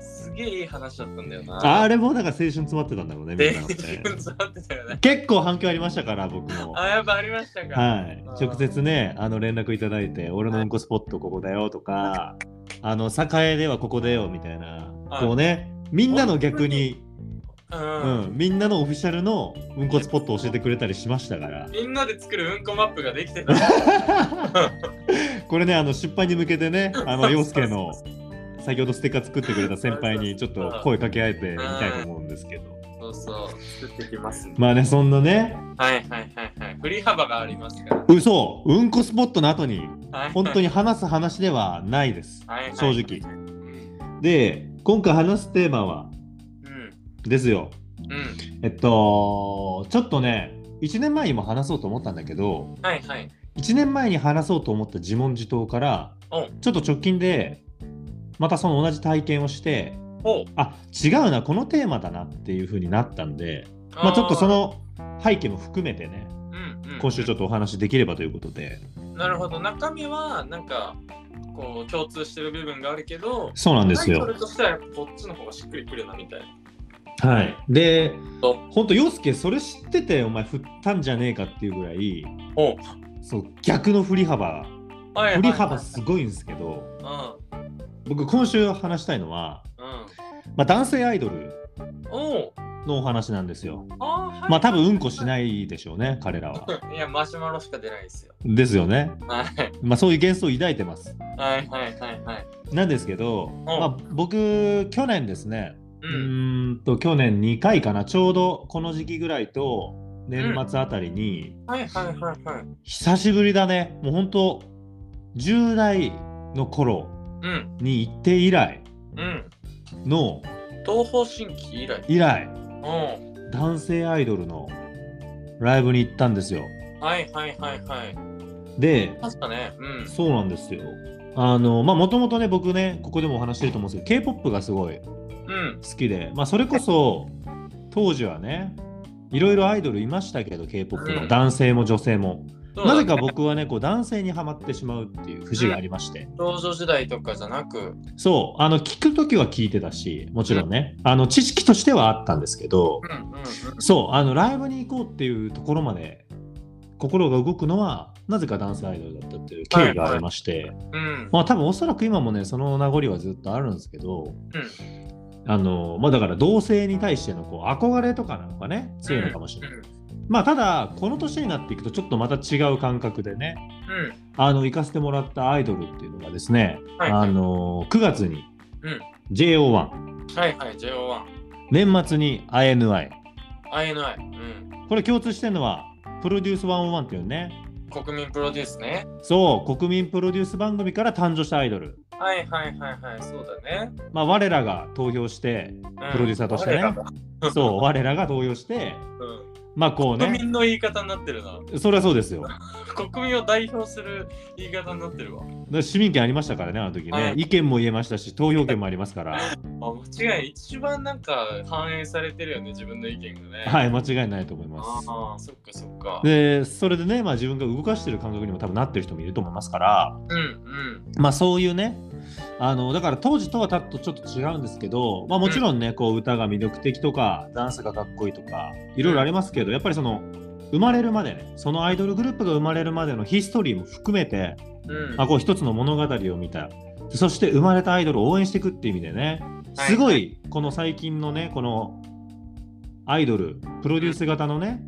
S1: すげえいい話だったんだよな。
S2: あ
S1: れ
S2: れもなんか青春詰まってたんだろうね、み
S1: で、
S2: んなのね
S1: 自分座ってたよね。
S2: 結構反響ありましたから、僕 も。
S1: あ、やっぱありましたか。
S2: はい
S1: あ。ー
S2: 直接ね、あの連絡いただいて、俺のうんこスポットここだよ とか、あの、栄ではここだよみたいな、
S1: はい
S2: こうね、みんなの逆に、
S1: うん。
S2: うん、みんなのオフィシャルのうんこスポットを教えてくれたりしましたから。
S1: みんなで作るうんこマップができ てた。
S2: これね、あの出版に向けてね、あの洋介の先ほどステッカー作ってくれた先輩にちょっと声かけ合えてみたいと思うんですけど。
S1: そうそう、作ってきますね。
S2: まあね、そんなね、
S1: はいはいはいはい。振り幅がありますから。
S2: 嘘、うんこスポットの後に、
S1: はい
S2: 本当に話す話ではないです。
S1: はいはい
S2: 正直
S1: うん。
S2: で、今回話すテーマは、
S1: うん。
S2: ですよ。
S1: うん。
S2: えっと、ちょっとね、1年前にも話そうと思ったんだけど、
S1: はいはい。
S2: 1年前に話そうと思った自問自答から、
S1: うん
S2: ちょっと直近で、またその同じ体験をして、
S1: ほう。
S2: あ違うなこのテーマだなっていう風になったんでまあちょっとその背景も含めてね
S1: うんうんうん
S2: 今週ちょっとお話できればということで。
S1: なるほど中身はなんかこう共通してる部分があるけど
S2: そうなんです
S1: タイ
S2: よ
S1: ト。ルとしてはやっぱこっちの方がしっくりくるなみたいな
S2: はい。で
S1: お、
S2: ほんと、洋介、それ知ってて、お前、振ったんじゃねえかっていうぐらい、
S1: お
S2: そう、逆の振り幅、
S1: はい
S2: 振り幅すごいんですけど、
S1: う
S2: 僕、今週話したいのは、
S1: ん
S2: まあ、男性アイドル
S1: うんおう
S2: のお話なんですよ。
S1: あーはい
S2: まあ、多分うんこしないでしょうね、彼らは。
S1: いやマシュマロしか出ないですよ
S2: ですよね。
S1: はい
S2: まあ、そういう幻想を抱いてます。
S1: はいはいはいはい
S2: なんですけど、まあ、僕、去年ですね、
S1: う
S2: うー
S1: ん
S2: んと去年2回かなちょうどこの時期ぐらいと年末あたりに、
S1: はいはいはいはい
S2: 久しぶりだねもうほんと10代の頃
S1: うん
S2: に行って以来
S1: うん
S2: の
S1: 東方神起以来
S2: 以来
S1: うん
S2: 男性アイドルのライブに行ったんですよ
S1: はいはいはいはい
S2: で
S1: 確かねうん
S2: そうなんですよあのまあもともとね僕ねここでもお話してると思うんですけど k p o p がすごい好
S1: うん
S2: きで、まあ、それこそ当時はねいろいろアイドルいましたけど k p o p
S1: う
S2: の
S1: ん
S2: 男性も女性も。
S1: そうだ
S2: なぜか僕はね、こう男性にはまってしまうっていう節がありまして、
S1: 少女時代とかじゃなく
S2: そう、あの聞くときは聞いてたし、もちろんね、あの知識としてはあったんですけど
S1: う、んうんうん
S2: そう、あのライブに行こうっていうところまで心が動くのは、なぜか男性アイドルだったっていう経緯がありまして、
S1: うん
S2: まあ多分おそらく今もね、その名残はずっとあるんですけど、あのまあ、だから同性に対してのこう憧れとかなんかね、強いのかもしれない。
S1: うん
S2: まあただ、この年になっていくと、ちょっとまた違う感覚でね、
S1: うん
S2: あの行かせてもらったアイドルっていうのがですね、
S1: はい
S2: あの9月に
S1: うん
S2: JO1、
S1: はいはい JO1
S2: 年末に INI、
S1: INI うん
S2: これ共通してるのは、プロデュース101っていうね、
S1: 国民プロデュースね
S2: そう、国民プロデュース番組から誕生したアイドル、
S1: はいはいはいはいそうだね
S2: まあ我らが投票して、プロデューサーとしてねそう、我らが投票して、
S1: うん
S2: まあこう
S1: 国
S2: ね、
S1: 民の言い方になってるな。
S2: それはそうですよ、
S1: 国民を代表する言い方になってるわ。
S2: 市民権ありましたからね、あの時
S1: は
S2: ね、
S1: い
S2: 意見も言えましたし、投票権もありますから、
S1: あ間違いない一番なんか反映されてるよね自分の意見がね。。
S2: はいい、間違いないと思います。
S1: ああそっかそっか。
S2: で、それでね、まあ自分が動かしてる感覚にも多分なってる人もいると思いますから、
S1: うんうん
S2: まあそういうねあのだから当時とはたっとちょっと違うんですけど、まあ、もちろんね、こう歌が魅力的とかダンスがかっこいいとかいろいろありますけどやっぱりその生まれるまでねそのアイドルグループが生まれるまでのヒストリーも含めて、
S1: うん。
S2: まあ、こう一つの物語を見たそして生まれたアイドルを応援していくっていう意味でねすごいこの最近のねこのアイドルプロデュース型のね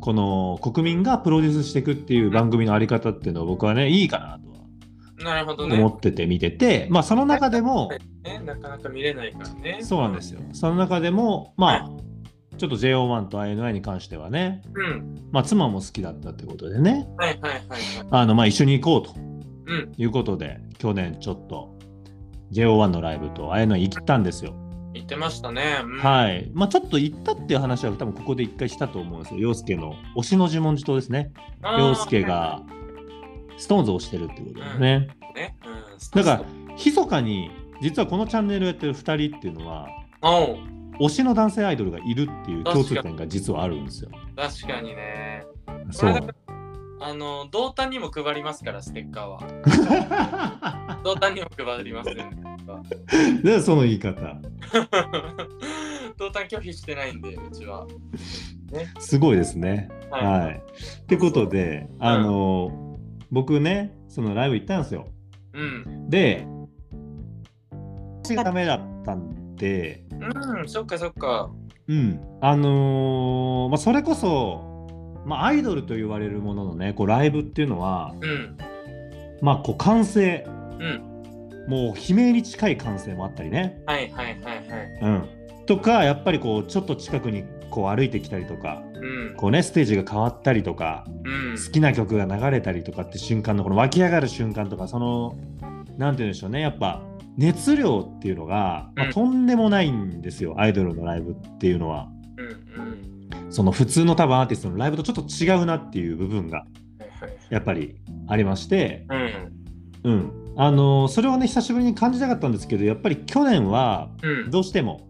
S2: この国民がプロデュースしていくっていう番組のあり方っていうのは僕はねいいかなとは
S1: なるほどね。
S2: 思ってて見てて、まあ、その中でも、
S1: ねなかなか見れないからね。
S2: そうなんですよ、その中でも、まあ、ちょっと JO1 と INI に関してはね、
S1: うん。
S2: まあ、妻も好きだったってことでね、
S1: はいはいはいはい。
S2: あのまあ一緒に行こうと
S1: うん。
S2: いうことで、去年ちょっと JO1 のライブと INI 行ったんですよ。
S1: 言ってましたね。うん、
S2: はい。まあ、ちょっと行ったっていう話は、多分ここで一回したと思うんですよ。洋介の推しの自問自答ですね。
S1: あー
S2: 洋介。が SixTONES を推してるってことですね。
S1: ね。うん。
S2: だから、密かに、実はこのチャンネルをやってる2人っていうのは、
S1: ら。おう
S2: 推しの男性アイドルがいるっていう共通点が実はあるんですよ。
S1: 確かにね。
S2: そ
S1: これだ
S2: う
S1: か。あの、同担にも配りますから、ステッカーは。同担にも配ります、ね。
S2: でその言い方
S1: 同担拒否してないんで、うちは。
S2: すごいですね。
S1: は
S2: はい。ってことで、あの僕ねそのライブ行ったんですよ。
S1: うん。
S2: で私がダメだったんで、
S1: うん、そっかそっか。
S2: うんあのーまあ、それこそ、まあ、アイドルと言われるもののねこうライブっていうのは、
S1: うん。
S2: まあ、こう歓声
S1: うん。
S2: もう悲鳴に近い歓声もあったりね。
S1: はいはいはいはい。
S2: うん、とかやっぱりこうちょっと近くにこう歩いてきたりとか
S1: うん。
S2: こうねステージが変わったりとか
S1: うん。
S2: 好きな曲が流れたりとかって瞬間のこの湧き上がる瞬間とかその何て言うんでしょうねやっぱ熱量っていうのが、まあ
S1: うん
S2: とんでもないんですよアイドルのライブっていうのは
S1: うん。うん。
S2: その普通の多分アーティストのライブとちょっと違うなっていう部分が
S1: はいはい
S2: やっぱりありまして、
S1: うん。
S2: うんあのそれをね久しぶりに感じたかったんですけどやっぱり去年は
S1: うん。
S2: どうしても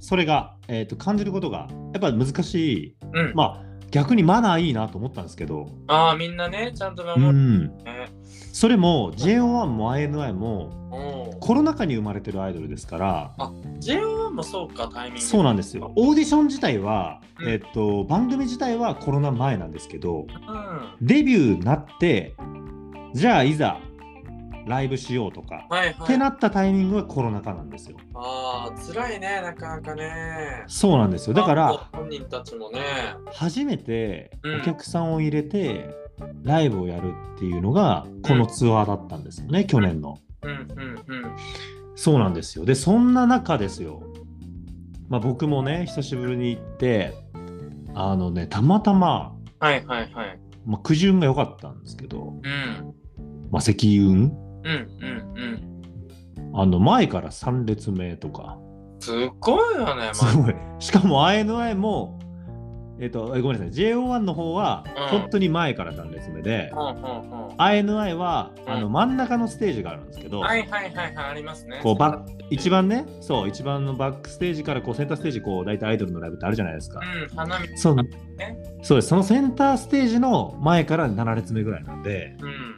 S2: それが、えー、と感じることがやっぱり難しい、
S1: うん。
S2: まあ、逆にマナーいいなと思ったんですけど、
S1: ああ、みんなね、ちゃんと
S2: う
S1: 守る
S2: ん、
S1: ね。
S2: それも JO1 も INI も
S1: おう
S2: コロナ禍に生まれてるアイドルですから、
S1: J1 もそうか、タイミング。
S2: そうなんですよ。オーディション自体は、
S1: うん
S2: えっと、番組自体はコロナ前なんですけど、
S1: うん。
S2: デビューなって、じゃあいざライブしようとか、
S1: はいは
S2: って
S1: い。
S2: なったタイミングがコロナ禍なんですよ。
S1: ああ、辛いね、なかなかね。
S2: そうなんですよ。だか
S1: あ
S2: ら、
S1: 本人たちもね。
S2: 初めて
S1: うん
S2: お客さんを入れて、ライブをやるっていうのが、このツアーだったんですよね、去年の。
S1: うんうんうん。
S2: そうなんですよ。で、そんな中ですよ。まあ、僕もね、久しぶりに行って、あのね、たまたま、
S1: はいはいはい。
S2: まあ、苦順が良かったんですけど、
S1: うん。
S2: まあ、積雲
S1: うんうん
S2: あの前から3列目とか
S1: うん。すごいよね、
S2: すごいしかも INI もえっとえごめんなさい JO1 の方は
S1: うん
S2: 本当に前から3列目で、
S1: まあ。うんうんうん。
S2: INI は
S1: うん
S2: あの真ん中のステージがあるんですけど、
S1: はいはいはいはい、ありますね。
S2: こうバッ一番ねそう一番のバックステージからこうセンターステージこう大体アイドルのライブってあるじゃないですか、
S1: うん、花見。
S2: そう
S1: ね
S2: そうですそのセンターステージの前から7列目ぐらいなんで
S1: うん。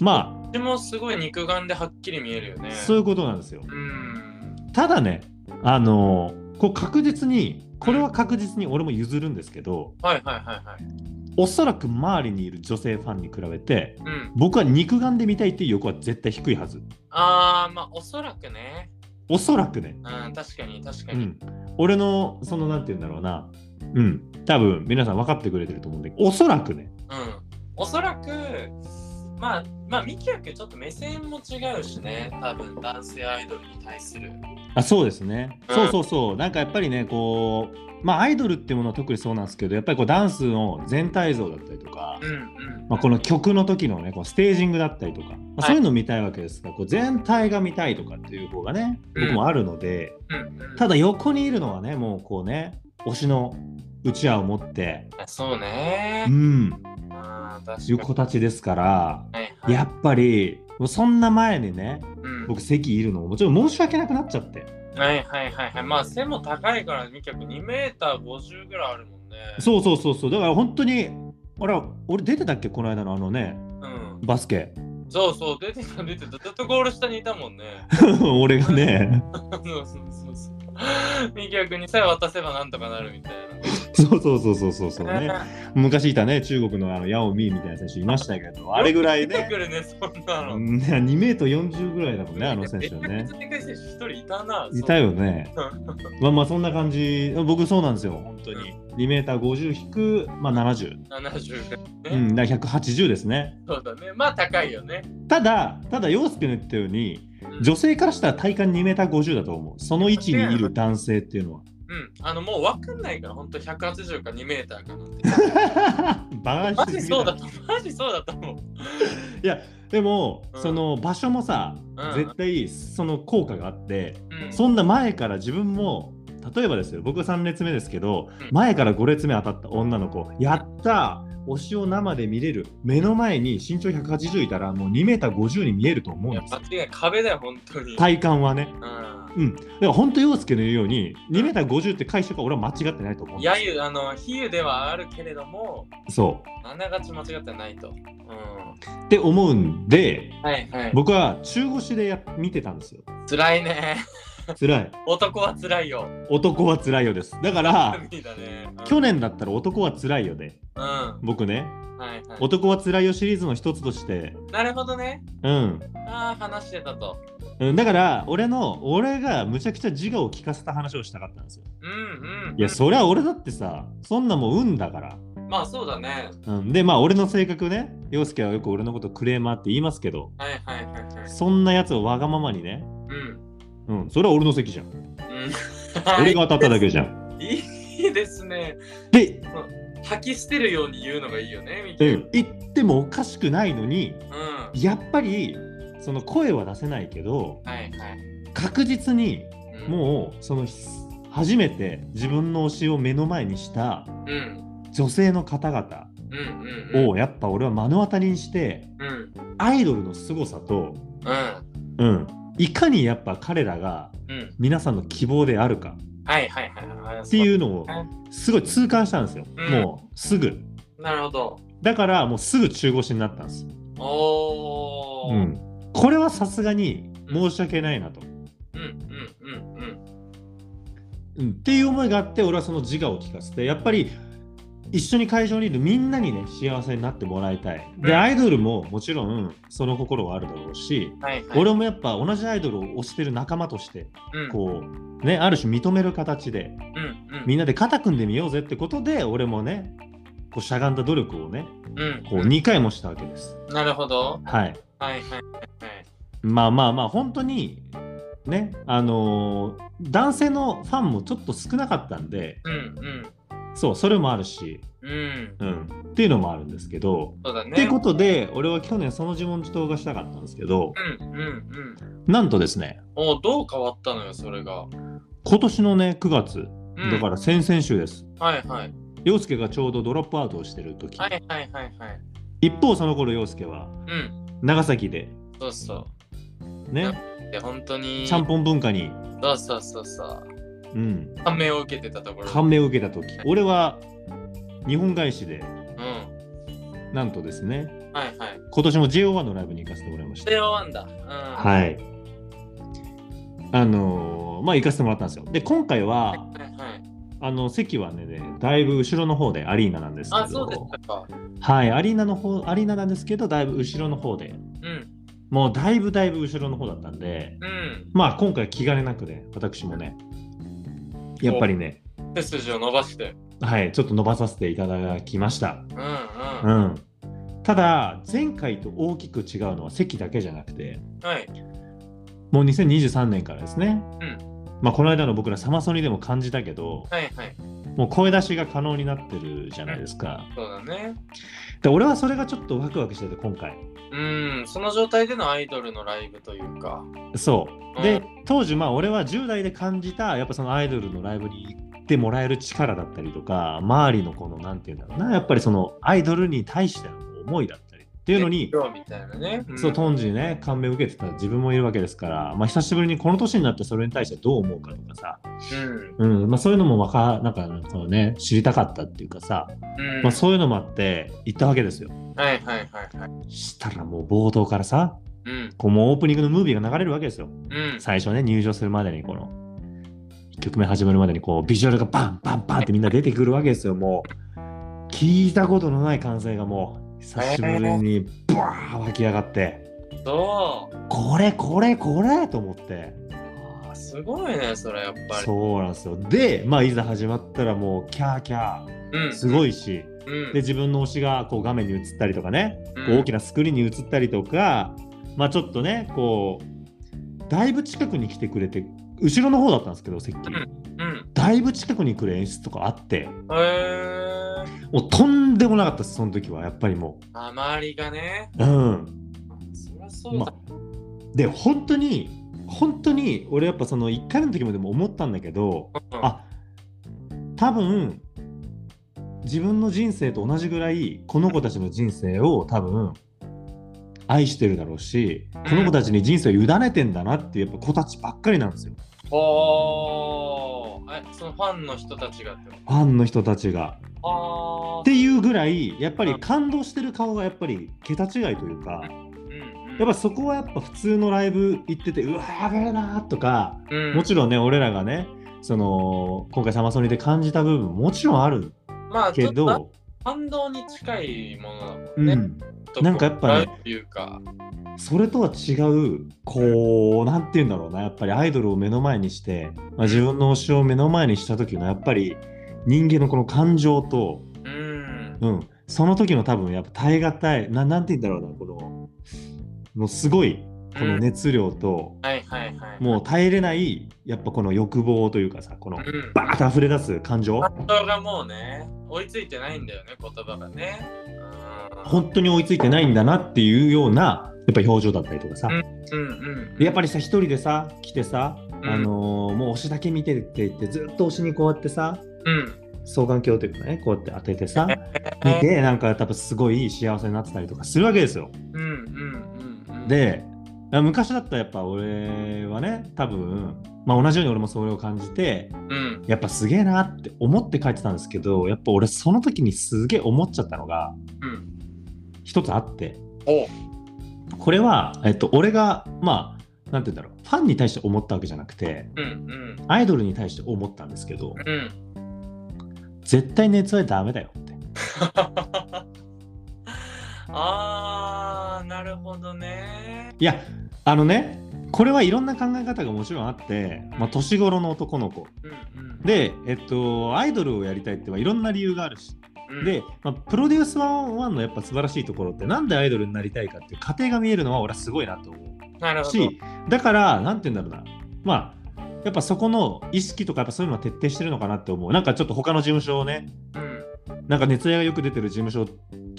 S2: ま
S1: でもすごい肉眼ではっきり見えるよ
S2: あ、
S1: ね。
S2: そういうことなんですよ
S1: うん。
S2: ただねあのこう確実にこれは確実に俺も譲るんですけど
S1: はいはいはいはい。
S2: おそらく周りにいる女性ファンに比べて
S1: うん。
S2: 僕は肉眼で見たいっていう欲は絶対低いはず
S1: ああ、まあおそらくね。
S2: おそらくね
S1: うん、確かに確か
S2: う
S1: に。
S2: ん俺のそのなんて言うんだろうなうん多分皆さん分かってくれてると思うんだけどおそらくね
S1: うん、おそらく、まあ、まあ、ミキヤ君ちょっと目線も違うしね、多分男性アイドルに対する。
S2: あそうですね、
S1: うん
S2: そうそうそうなんかやっぱりねこうまあアイドルっていうものは特にそうなんですけどやっぱりこうダンスの全体像だったりとか、
S1: うんうん。
S2: まあ、この曲の時のねこうステージングだったりとか、まあ
S1: はい
S2: そういうのを見たいわけですが、こう全体が見たいとかっていう方がね
S1: うん
S2: 僕もあるので、
S1: うんうん、
S2: ただ横にいるのはねもうこうね推しのうちわを持って、
S1: そうね
S2: う。ん、
S1: ああ、確かに。
S2: いう子たちですから
S1: はいはい、
S2: やっぱりもうそんな前にね
S1: うん、
S2: 僕席いるのももちろん申し訳なくなっちゃって
S1: はいはいはいはい。まあ、背も高いから、ミキヤ君2メーター50ぐらいあるもんね。
S2: そうそうそうそうだから本当にあら俺出てたっけこの間のあのね
S1: うん。
S2: バスケ
S1: そうそう、出てた出てた。ずっとゴール下にいたもんね。
S2: 俺がね
S1: そうそうそうそう。ミキヤ君にさえ渡せばなんとかなるみたい
S2: そうそうそうそうそうそう
S1: な。
S2: ね 昔いたね中国のあのヤオミーみたいな選手いましたけ どあれぐらい
S1: 出て
S2: ね
S1: くるね、そんなの。
S2: うん2メートル40ぐらいだもんねあの選手は
S1: め
S2: ね
S1: ちゃくちゃでかい選手一人いたな。
S2: いたよね
S1: そう。
S2: まあまあそんな感じ僕そうなんですよ本当に2メーター50引く、まあ、70、
S1: 70ぐら
S2: う
S1: いね。
S2: ん、だから180ですね
S1: そうだね。まあ高いよね。
S2: ただただ陽介の言ったように
S1: うん
S2: 女性からしたら体感2メーター50だと思うその位置にいる男性っていうのは
S1: うん。あの、もう分かんないから、本当180か2メーターかなんて。
S2: バカ
S1: マ
S2: にし
S1: ジ
S2: す
S1: そう
S2: ぎだ
S1: だと思う。マジそうだと思う。
S2: いやでも、
S1: うん
S2: その場所もさ、
S1: うん
S2: 絶対その効果があって、
S1: うん。
S2: そんな前から自分も例えばですよ僕3列目ですけど、
S1: うん
S2: 前から5列目当たった女の子やった推しを生で見れる目の前に身長180いたらもう 2m50 に見えると思うん
S1: いや
S2: ですよ
S1: 間違い壁だよ、本当に。い。
S2: 体感はね
S1: うん。
S2: うんだから本当陽介の言うように 2m50 って解釈は俺は間違ってないと思うんで
S1: やゆ、あの、比喩ではあるけれども、
S2: すそ
S1: あながち間違ってないと。うん。
S2: うって思うんで
S1: はいはい。
S2: 僕は中腰でや見てたん ですよ
S1: 辛いね。
S2: 辛い
S1: 男は辛いよ。
S2: 男は辛いよですだから
S1: 無理だね。うん
S2: 去年だったら男は辛いよで
S1: うん。は
S2: 僕ね
S1: いは
S2: 男は辛いよシリーズの一つとして
S1: い。なるほどね。
S2: うん
S1: ああ、話してたと。
S2: うん、だから俺の俺がむちゃくちゃ自我を聞かせた話をしたかったんですよ。
S1: うんうんうん。
S2: いやそりゃ俺だってさそんなもん運だから。
S1: まあそうだね。
S2: うん、でまあ俺の性格ね陽介はよく俺のことクレーマーって言いますけど
S1: はいはいはいはい。
S2: そんなやつをわがままにね、
S1: うん。
S2: うん、それは俺の席じゃん。
S1: うん。
S2: 俺が当たっただけじゃん。
S1: いいですね。
S2: で、
S1: 吐き捨てるように言うのがいいよね、み
S2: う
S1: たい
S2: ん、言ってもおかしくないのに
S1: な。うん。は
S2: やっぱりその声は出せないけど
S1: いはい。
S2: 確実に
S1: うん
S2: もうその初めて自分の推しを目の前にした
S1: うん。
S2: 女性の方々
S1: うんうんうん。
S2: をやっぱ俺は目の当たりにして
S1: うん。うん。
S2: アイドルの凄さと、
S1: うん。
S2: うん、いかにやっぱ彼らが
S1: うん。
S2: 皆さんの希望であるか
S1: はいはいはいはい。。
S2: っていううのを
S1: ね
S2: すごい痛感したんですよ、
S1: うん
S2: もうすぐ
S1: なるほど。
S2: だからもうすぐ中腰になったんです、
S1: おー。
S2: う
S1: うん。
S2: ん、これはさすがに申し訳ないなと、
S1: うんうんうん。
S2: うん、っていう思いがあって俺はその自我を聞かせてやっぱり一緒に会場にいるみんなにね幸せになってもらいたい
S1: う
S2: で
S1: ん
S2: アイドルももちろんその心はあるだろうし
S1: はいはい。
S2: 俺もやっぱ同じアイドルを推してる仲間として
S1: うん、
S2: こうねある種認める形で
S1: うんうん。
S2: みんなで肩組んでみようぜってことで俺もねこうしゃがんだ努力をね
S1: うん、
S2: こう2回もしたわけです。
S1: なるほど。
S2: はい、
S1: はいはいはいはい。
S2: まあまあまあ本当にねあのー男性のファンもちょっと少なかったんで
S1: うん
S2: そうそれもあるし、
S1: うん。うん。
S2: うん、っていうのもあるんですけど。
S1: そうだね。
S2: ってことで俺は去年その自問自答がしたかったんですけど
S1: うんうんうん。
S2: なんとですね
S1: おどう変わったのよ、それが。
S2: 今年のね9月
S1: うん、
S2: だから先々週です
S1: ら。はいはい。
S2: 陽介がちょうどドロップアウトをしてる時、
S1: はいはいはいはい。
S2: 一方その頃陽介は
S1: うん。
S2: 長崎で
S1: そうそ
S2: ね
S1: う。で、本当に。
S2: ちゃんぽん文化に、
S1: そうそうそうそう。
S2: うん、
S1: 感銘を受けてたところ。
S2: 感銘を受けた時俺は日本返しで
S1: うん。
S2: なんとですね
S1: はいはい。
S2: 今年も JO1 のライブに行かせてもらいました
S1: ゼロワンだ。うん。はい
S2: はいあのーまあ行かせてもらったんですよで今回は
S1: はい。
S2: あの席はねだいぶ後ろの方でアリーナなんですけど
S1: あ、そうでしたか。
S2: はいアリーナの方アリーナなんですけどだいぶ後ろの方で
S1: うん。
S2: もうだいぶだいぶ後ろの方だったんで
S1: うん。
S2: まあ今回気兼ねなくね、私もね、やっぱりね、
S1: 背筋を伸ばして。
S2: はい、ちょっと伸ばさせていただきました。
S1: うんうん。は
S2: うん。ただ、前回と大きく違うのは席だけじゃなくて、
S1: い。
S2: もう2023年からですね。まあこの間の僕らサマソニでも感じたけど、
S1: はいはい。
S2: もう声出しが可能になってるじゃないですか。
S1: そうだね。
S2: で、俺はそれがちょっとワクワクしてて、今回。
S1: うん。その状態でのアイドルのライブというか。
S2: そう。
S1: う
S2: で
S1: ん、
S2: 当時まあ俺は10代で感じた、やっぱそのアイドルのライブに行ってもらえる力だったりとか、周りのこの、なんていうんだろうな、やっぱりそのアイドルに対しての思いだったりっていうのに、
S1: 今日みたいなね。ん
S2: そう、当時ね、感銘を受けてた自分もいるわけですから、まあ久しぶりにこの年になってそれに対してどう思うかとかさ、
S1: うん。
S2: うん、まあそういうのもわか、なんか、そのね、知りたかったっていうかさ、
S1: うん。
S2: まあそういうのもあって行ったわけですよ。
S1: はいはいはいはい。
S2: したらもう冒頭からさ、
S1: うん。
S2: こうもうオープニングのムービーが流れるわけですよ。
S1: うん。
S2: 最初ね入場するまでにこの1曲目始まるまでにこうビジュアルがバンバンバンってみんな出てくるわけですよもう聞いたことのない歓声がもう久しぶりにブワー湧き上がって
S1: そう。
S2: これこれこれと思って
S1: あーすごいね、それやっぱり。
S2: そうなんですよでまあいざ始まったらもうキャーキャー
S1: うん。
S2: すご
S1: い。
S2: いし
S1: うん。
S2: で自分の推しがこう画面に映ったりとかねこう大き
S1: な。
S2: なスクリーンに映ったりとかまあちょっとねこうだいぶ近くに来てくれて後ろの方だったんですけど席
S1: うん。
S2: だいぶ近くに来る演出とかあって
S1: へえ。
S2: もうとんでもなかったですその時はやっぱりも
S1: あまりがね。
S2: ううん
S1: そりゃそう
S2: ま
S1: だ。
S2: で本当に本当に俺やっぱその1回目の時もでも思ったんだけど
S1: うん
S2: あ多分自分の人生と同じぐらいこの子たちの人生を多分愛してるだろうしこの子たちに人生を委ねてんだなっていうやっぱ子たちばっかりなんですよ
S1: おーえ、そのファンの人たちがってこ
S2: ファンの人たちが。
S1: とああ。
S2: っていうぐらいやっぱり感動してる顔がやっぱり桁違いというか。
S1: うんうん、
S2: やっぱそこはやっぱ普通のライブ行っててうわーやべえなーとか、
S1: うん、
S2: もちろんね俺らがねその今回サマソニで感じた部分もちろんある
S1: まあ、
S2: け
S1: けど、
S2: ど、
S1: 反動に近いものだも
S2: うん
S1: ね。
S2: ん、
S1: と
S2: なんかやっぱね
S1: こうっていうか、
S2: それとは違うこうなんて言うんだろうなやっぱりアイドルを目の前にして、まあ、自分の推しを目の前にした時のやっぱり人間のこの感情と、
S1: うん。
S2: うん、その時の多分やっぱ耐え難いななんて言うんだろうなこのもうすごいこの熱量と、
S1: はいはいはい。
S2: もう耐えれないやっぱこの欲望というかさこの
S1: うん、
S2: バーッと溢れ出す感情
S1: 感情がもうね、追いついてないんだよね、言葉がね。うん
S2: 本当に追いついてないんだなっていうようなやっぱ表情だったりとかさ、
S1: うんうん。
S2: でやっぱりさ一人でさ来てさ、
S1: うん
S2: あのーもう推しだけ見てって言ってずっと推しにこうやってさ
S1: うん。
S2: 双眼鏡というかねこうやって当ててさ見てなんか多分すごい幸せになってたりとかするわけですよ。
S1: うんうんうんうん。
S2: でや昔だったらやっぱ俺はね多分、まあ、同じように俺もそれを感じて
S1: うん。
S2: やっぱすげえなって思って書いてたんですけどやっぱ俺その時にすげえ思っちゃったのが
S1: うん。
S2: 一つあって
S1: おう。
S2: これは、えっと、俺がまあなんて言うんだろうファンに対して思ったわけじゃなくて
S1: うん。
S2: アイドルに対して思ったんですけど
S1: うん。うん。
S2: 絶対熱愛ダメだよって
S1: あー、なるほどね。
S2: いやあのねこれはいろんな考え方がもちろんあって、まあ、年頃の男の子
S1: うんうん。
S2: で、えっと、アイドルをやりたいってはいろんな理由があるし
S1: うん、
S2: で、まあ、プロデュース101のやっぱ素晴らしいところってなんでアイドルになりたいかっていう過程が見えるのは俺はすごいなと思
S1: なる
S2: う
S1: ほど。
S2: しだからなんて言うんだろうなまあやっぱそこの意識とかやっぱそういうのは徹底してるのかなって思うなんかちょっと他の事務所をね
S1: うん。
S2: なんか熱愛がよく出てる事務所ち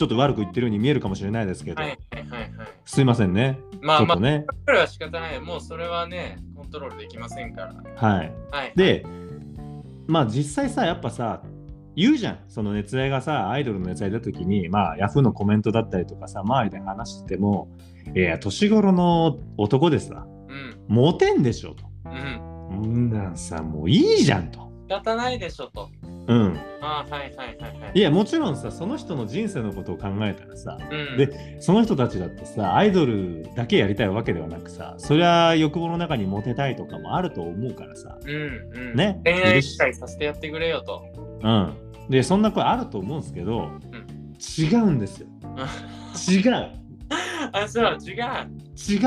S2: ょっと悪く言ってるように見えるかもしれないですけど、
S1: はいはいはいはい。
S2: すいませんね、
S1: ま
S2: ち
S1: あ
S2: ょっ
S1: ま
S2: と
S1: あ、
S2: ね
S1: それは仕方ない。もうそれはね、コントロールできませんから。
S2: はい
S1: はい。
S2: でまあ実際さやっぱさ言うじゃんその熱愛がさアイドルの熱愛だった時にまあヤフーのコメントだったりとかさ周りで話しててもいや年頃の男でさ
S1: うん。
S2: モテんでしょと
S1: うん。
S2: うんなんさもういいじゃんと
S1: 仕方ないでしょと。
S2: うん
S1: あー、はいはいはいはいい。
S2: やもちろんさその人の人生のことを考えたらさ
S1: うん、
S2: でその人たちだってさアイドルだけやりたいわけではなくさそりゃ欲望の中にモテたいとかもあると思うからさ
S1: うんうん、
S2: ね
S1: 恋愛機会させてやってくれよと。
S2: うん、でそんな声あると思うんですけど、違うんですよ違う
S1: あ、そう、違う。
S2: 違う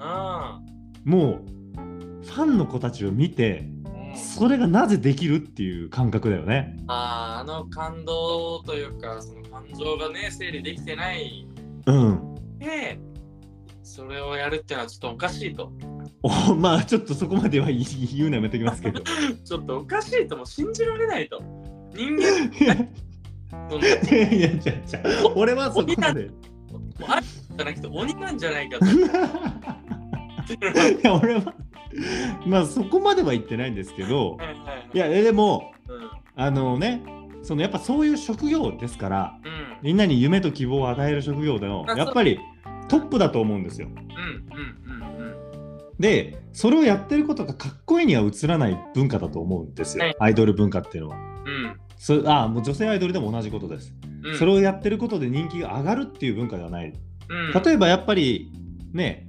S1: あ
S2: もうファンの子たちを見て
S1: ーうん、
S2: それがなぜできるっていう感覚だよね
S1: あーあの感動というか、その感情がね、整理できてない
S2: うん
S1: で、それをやるってのはちょっとおかしいと。
S2: おまあちょっとそこまでは言い言うのやめときますけど
S1: ちょっとおかしいとも信じられないと。人間
S2: いや
S1: の
S2: いやじゃじゃ俺はそこまでい
S1: もうあるじゃなくて鬼なんじゃないかと。
S2: や俺はまあそこまでは言ってないんですけど
S1: はいはいはい
S2: い、やでも
S1: うん。うん。
S2: あのねそのやっぱそういう職業ですからみんなに夢と希望を与える職業での
S1: あそう
S2: やっぱりトップだと思うんですよ。
S1: うんうんうんうん。
S2: でそれをやってることがかっこいいには映らない文化だと思うんですよ、
S1: はい
S2: アイドル文化っていうのは。
S1: うん
S2: そあもう女性アイドルでも同じことです、
S1: うん、
S2: それをやってることで人気が上がるっていう文化ではない。
S1: うん、
S2: 例えばやっぱりね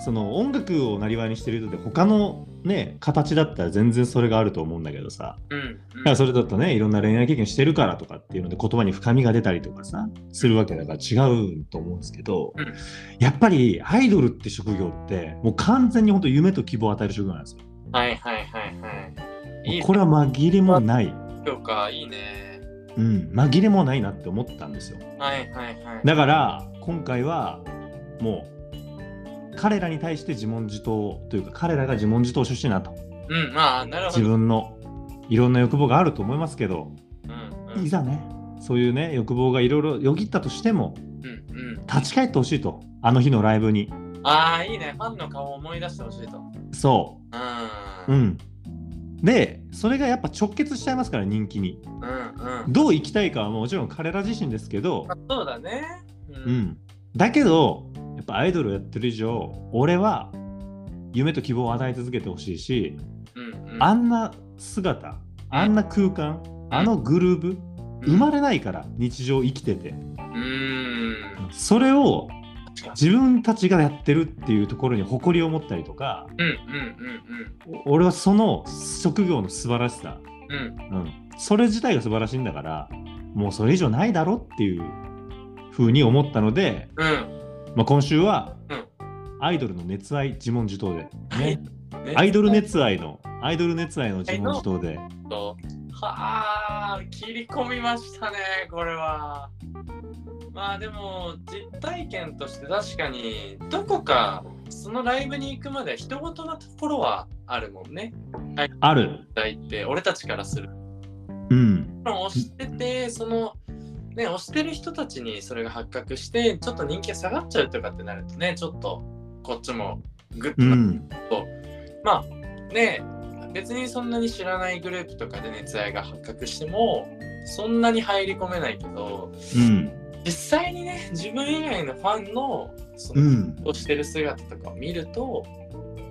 S2: その音楽をなりわいにしてる人で他のね形だったら全然それがあると思うんだけどさ
S1: うん
S2: だ
S1: う
S2: か
S1: ん
S2: らそれだとねいろんな恋愛経験してるからとかっていうので言葉に深みが出たりとかさするわけだから違うと思うんですけど、
S1: うん
S2: やっぱりアイドルって職業ってもう完全に本当夢と希望を与える職業なんですよ。
S1: はいはいはいはい。いい
S2: これは紛れもない、
S1: 評価いいね。
S2: うん、紛れもないなって思ったんですよ。
S1: はいはいはい。
S2: だから今回はもう彼らに対して自問自答というか彼らが自問自答してほしいなと
S1: うん、まあ、なるほ
S2: 自
S1: ど。
S2: 分のいろんな欲望があると思いますけど
S1: うんうん
S2: いざねそういうね欲望がいろいろよぎったとしても
S1: うんう
S2: 立ち返ってほしいとあの日のライブに
S1: ん。ああ、いいね。ファンの顔を思い出してほしいと。
S2: そ
S1: うん。
S2: う
S1: う
S2: うんんでそれがやっぱ直結しちゃいますから人気に
S1: うん。
S2: どう生きたいかはもちろん彼ら自身ですけど
S1: まあそうだね。う
S2: う。んだけどやっぱアイドルをやってる以上俺は夢と希望を与え続けてほしいし
S1: うんうん。
S2: あんな姿あんな空間あのグルーブ生まれないから日常生きてて
S1: うん。
S2: それを
S1: 確かに
S2: 自分たちがやってるっていうところに誇りを持ったりとか
S1: うんうん
S2: お俺はその職業の素晴らしさ、
S1: うんうん。うん。
S2: うん、それ自体が素晴らしいんだからもうそれ以上ないだろっていうふうに思ったので、
S1: うん。
S2: まあ、今週は、
S1: うん
S2: アイドルの熱愛自問自答で、
S1: はい
S2: ね、アイドル熱愛のアイドル熱愛の自問自答で
S1: と。はあ、切り込みましたね、これは。まあでも、実体験として確かに、どこか、そのライブに行くまでは、人事なところはあるもんね。
S2: ある、
S1: だいって、俺たちからすると
S2: うん、
S1: 押しててそのね押してる人たちにそれが発覚してちょっと人気が下がっちゃうとかってなるとねちょっとこっちもグッと
S2: う
S1: なる
S2: ん、
S1: まあね別にそんなに知らないグループとかで熱愛が発覚してもそんなに入り込めないけど
S2: うん、
S1: 実際にね自分以外のファンのその
S2: うん。
S1: をしてる姿とかを見ると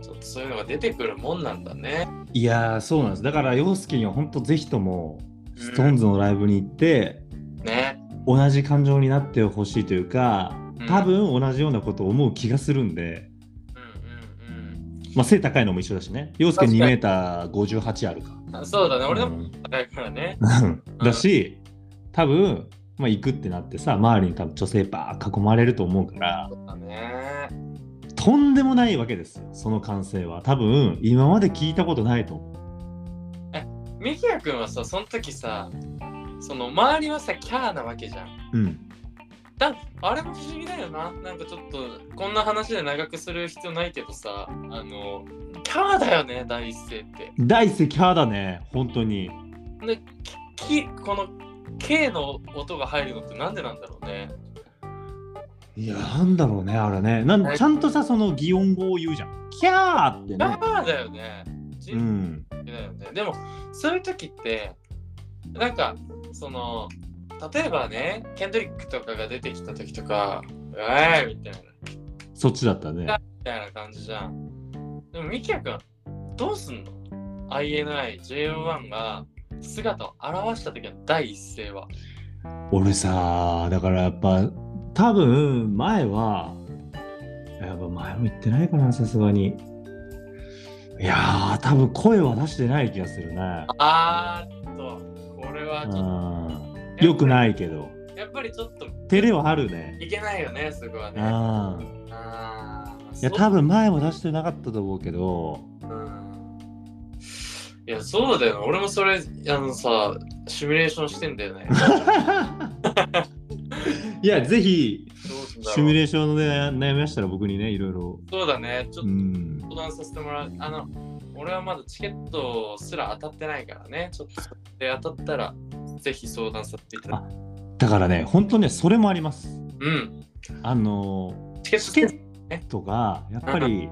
S1: ちょっとそういうのが出てくるもんなんだね。
S2: いやー、そうなんです。だから、洋介には本当ぜひとも、
S1: ん
S2: ストーンズのライブに行って、
S1: ね。
S2: 同じ感情になってほしいというか、
S1: うん
S2: 多分同じようなことを思う気がするんで、
S1: うんうん
S2: まあ、背高いのも一緒だしね。洋介
S1: 確かに
S2: 2m58 あるか。
S1: うんあそうだね俺でも
S2: うん
S1: 高いからね。
S2: だし、多分、まあ、行くってなってさ、周りに多分女性ばー囲まれると思うから、
S1: そうだね。
S2: とんでもないわけですよ、その感性は。多分、今まで聞いたことないと思う。
S1: ミキヤ君はさその時さその周りはさキャーなわけじゃん。
S2: うん。
S1: だあれも不思議だよな。なんかちょっとこんな話で長くする必要ないけどさあのキャーだよね第一声って。
S2: 第一声キャーだね、本当に。
S1: でききこの K の音が入るのってなんでなんだろうね。
S2: いや、なんだろうね、あれね。なんちゃんとさ、その擬音語を言うじゃん。キャーって
S1: キャ
S2: ね。
S1: ーだよね。人
S2: うん。
S1: だよね。でもそういう時ってなんかその例えばねケンドリックとかが出てきた時とか「えー!」みたいな
S2: そっちだったね。
S1: みたいな感じじゃん。でもミキヤ君どうすんの ?INIJO1 が姿を現した時の第一声は。
S2: 俺さ、だからやっぱ、多分、前は、やっぱ前も言ってないかな、さすがに。いやー、多分声は出してない気がするね。
S1: あーっとこれはちょっ
S2: うん。よくないけど。
S1: とやっぱりちょっと
S2: 照れはあるね。
S1: いけないよねそこは
S2: う
S1: ね。
S2: ん。
S1: あー
S2: いや、
S1: そう
S2: 多分前は出してなかったと思うけど、
S1: うんいや、そうだよな。俺もそれ、あのさ、シミュレーションしてんだ よね。
S2: いや、ぜひ、
S1: どうすんだろう
S2: シミュレーションで悩みましたら僕にね、いろいろ。
S1: そうだね。ちょっ
S2: う
S1: と
S2: ん。
S1: 相談させてもらう。あの、俺はまだチケットすら当たってないからね。ちょっとそれで当たったら、ぜひ相談させていただ
S2: あだからね、本当ね、それもあります。
S1: く。うん。
S2: あの、
S1: チケ
S2: チケ
S1: ット
S2: ットがやっぱり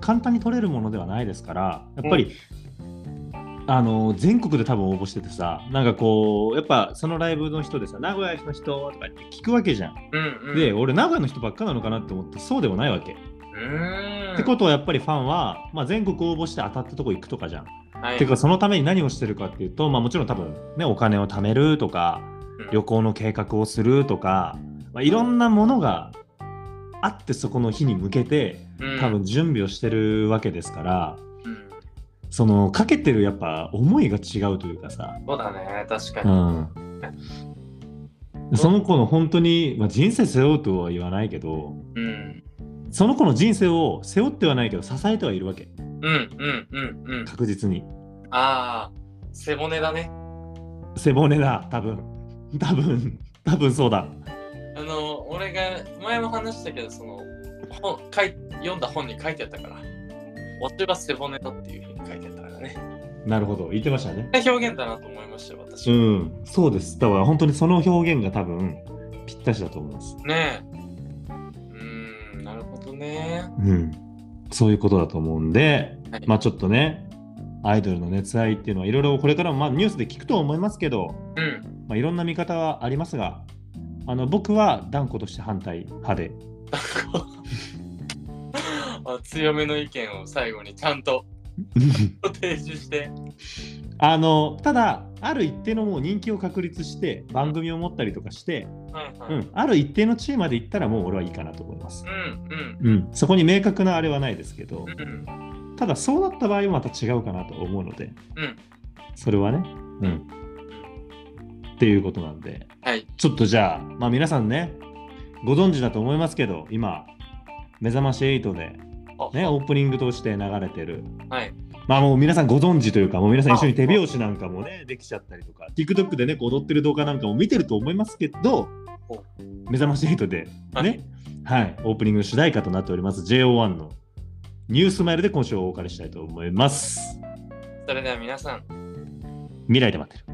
S2: 簡単に取れるものではないですから、やっぱり、あの全国で多分応募しててさなんかこうやっぱそのライブの人でさ名古屋の人とかって聞くわけじゃん、
S1: うんうん。
S2: で
S1: う
S2: 俺名古屋の人ばっかなのかなって思ってそうでもないわけ、
S1: ーん。
S2: ってことはやっぱりファンは、まあ、全国応募して当たったとこ行くとかじゃん、
S1: はい
S2: てかそのために何をしてるかっていうと、まあ、もちろん多分ねお金を貯めるとか
S1: うん
S2: 旅行の計画をするとか、まあ、いろんなものがあってそこの日に向けて
S1: うん
S2: 多分準備をしてるわけですから、
S1: うん
S2: そのかけてるやっぱ思いが違うというかさ、
S1: そうだね。確か
S2: う
S1: に。
S2: ん、その子の本当に、まあ、人生背負うとは言わないけど
S1: うん。
S2: その子の人生を背負ってはないけど支えてはいるわけ
S1: うんうんうんうん。
S2: 確実に
S1: ああ、背骨だね。
S2: 背骨だ多分多分多分そうだ
S1: あの俺が前も話したけどその本書い読んだ本に書いてあったから「おしは背骨だ」っていうふうに書いてあったからね
S2: なるほど言ってましたね
S1: 表現だなと思いましたよ私、
S2: うんそうですだから本当にその表現が多分ぴったしだと思います
S1: ねえうーんなるほどね
S2: うんそういうことだと思うんで
S1: はい
S2: まあちょっとねアイドルの熱愛っていうのはいろいろこれからもまあニュースで聞くとは思いますけど、
S1: うん
S2: まあ、いろんな見方はありますがあの僕は断固として反対派 で
S1: あ強めの意見を最後にちゃんと提示して
S2: あのただある一定のもう人気を確立して番組を持ったりとかして、
S1: はいは
S2: う
S1: い、
S2: ん、ある一定の地位まで行ったらもう俺はいいかなと思います
S1: う、ん
S2: うん、そこに明確なあれはないですけ
S1: う
S2: ど、
S1: んうん
S2: ただそうなった場合はまた違うかなと思うので、
S1: うん
S2: それはね、うん、っていうことなんで
S1: はい
S2: ちょっとじゃあ、まあ、皆さんねご存知だと思いますけど今「目覚まし8で」
S1: あ
S2: ね、オープニングとして流れてる
S1: はい
S2: まあもう皆さんご存知というかもう皆さん一緒に
S1: あ
S2: 手拍子なんかもねできちゃったりとか TikTok でねこう踊ってる動画なんかも見てると思いますけど
S1: お
S2: 「目覚まし8で」
S1: はい
S2: ねはいオープニングの主題歌となっております JO1 のニュースマイルで今週お別れしたいと思います
S1: それでは皆さん
S2: 未来で待ってる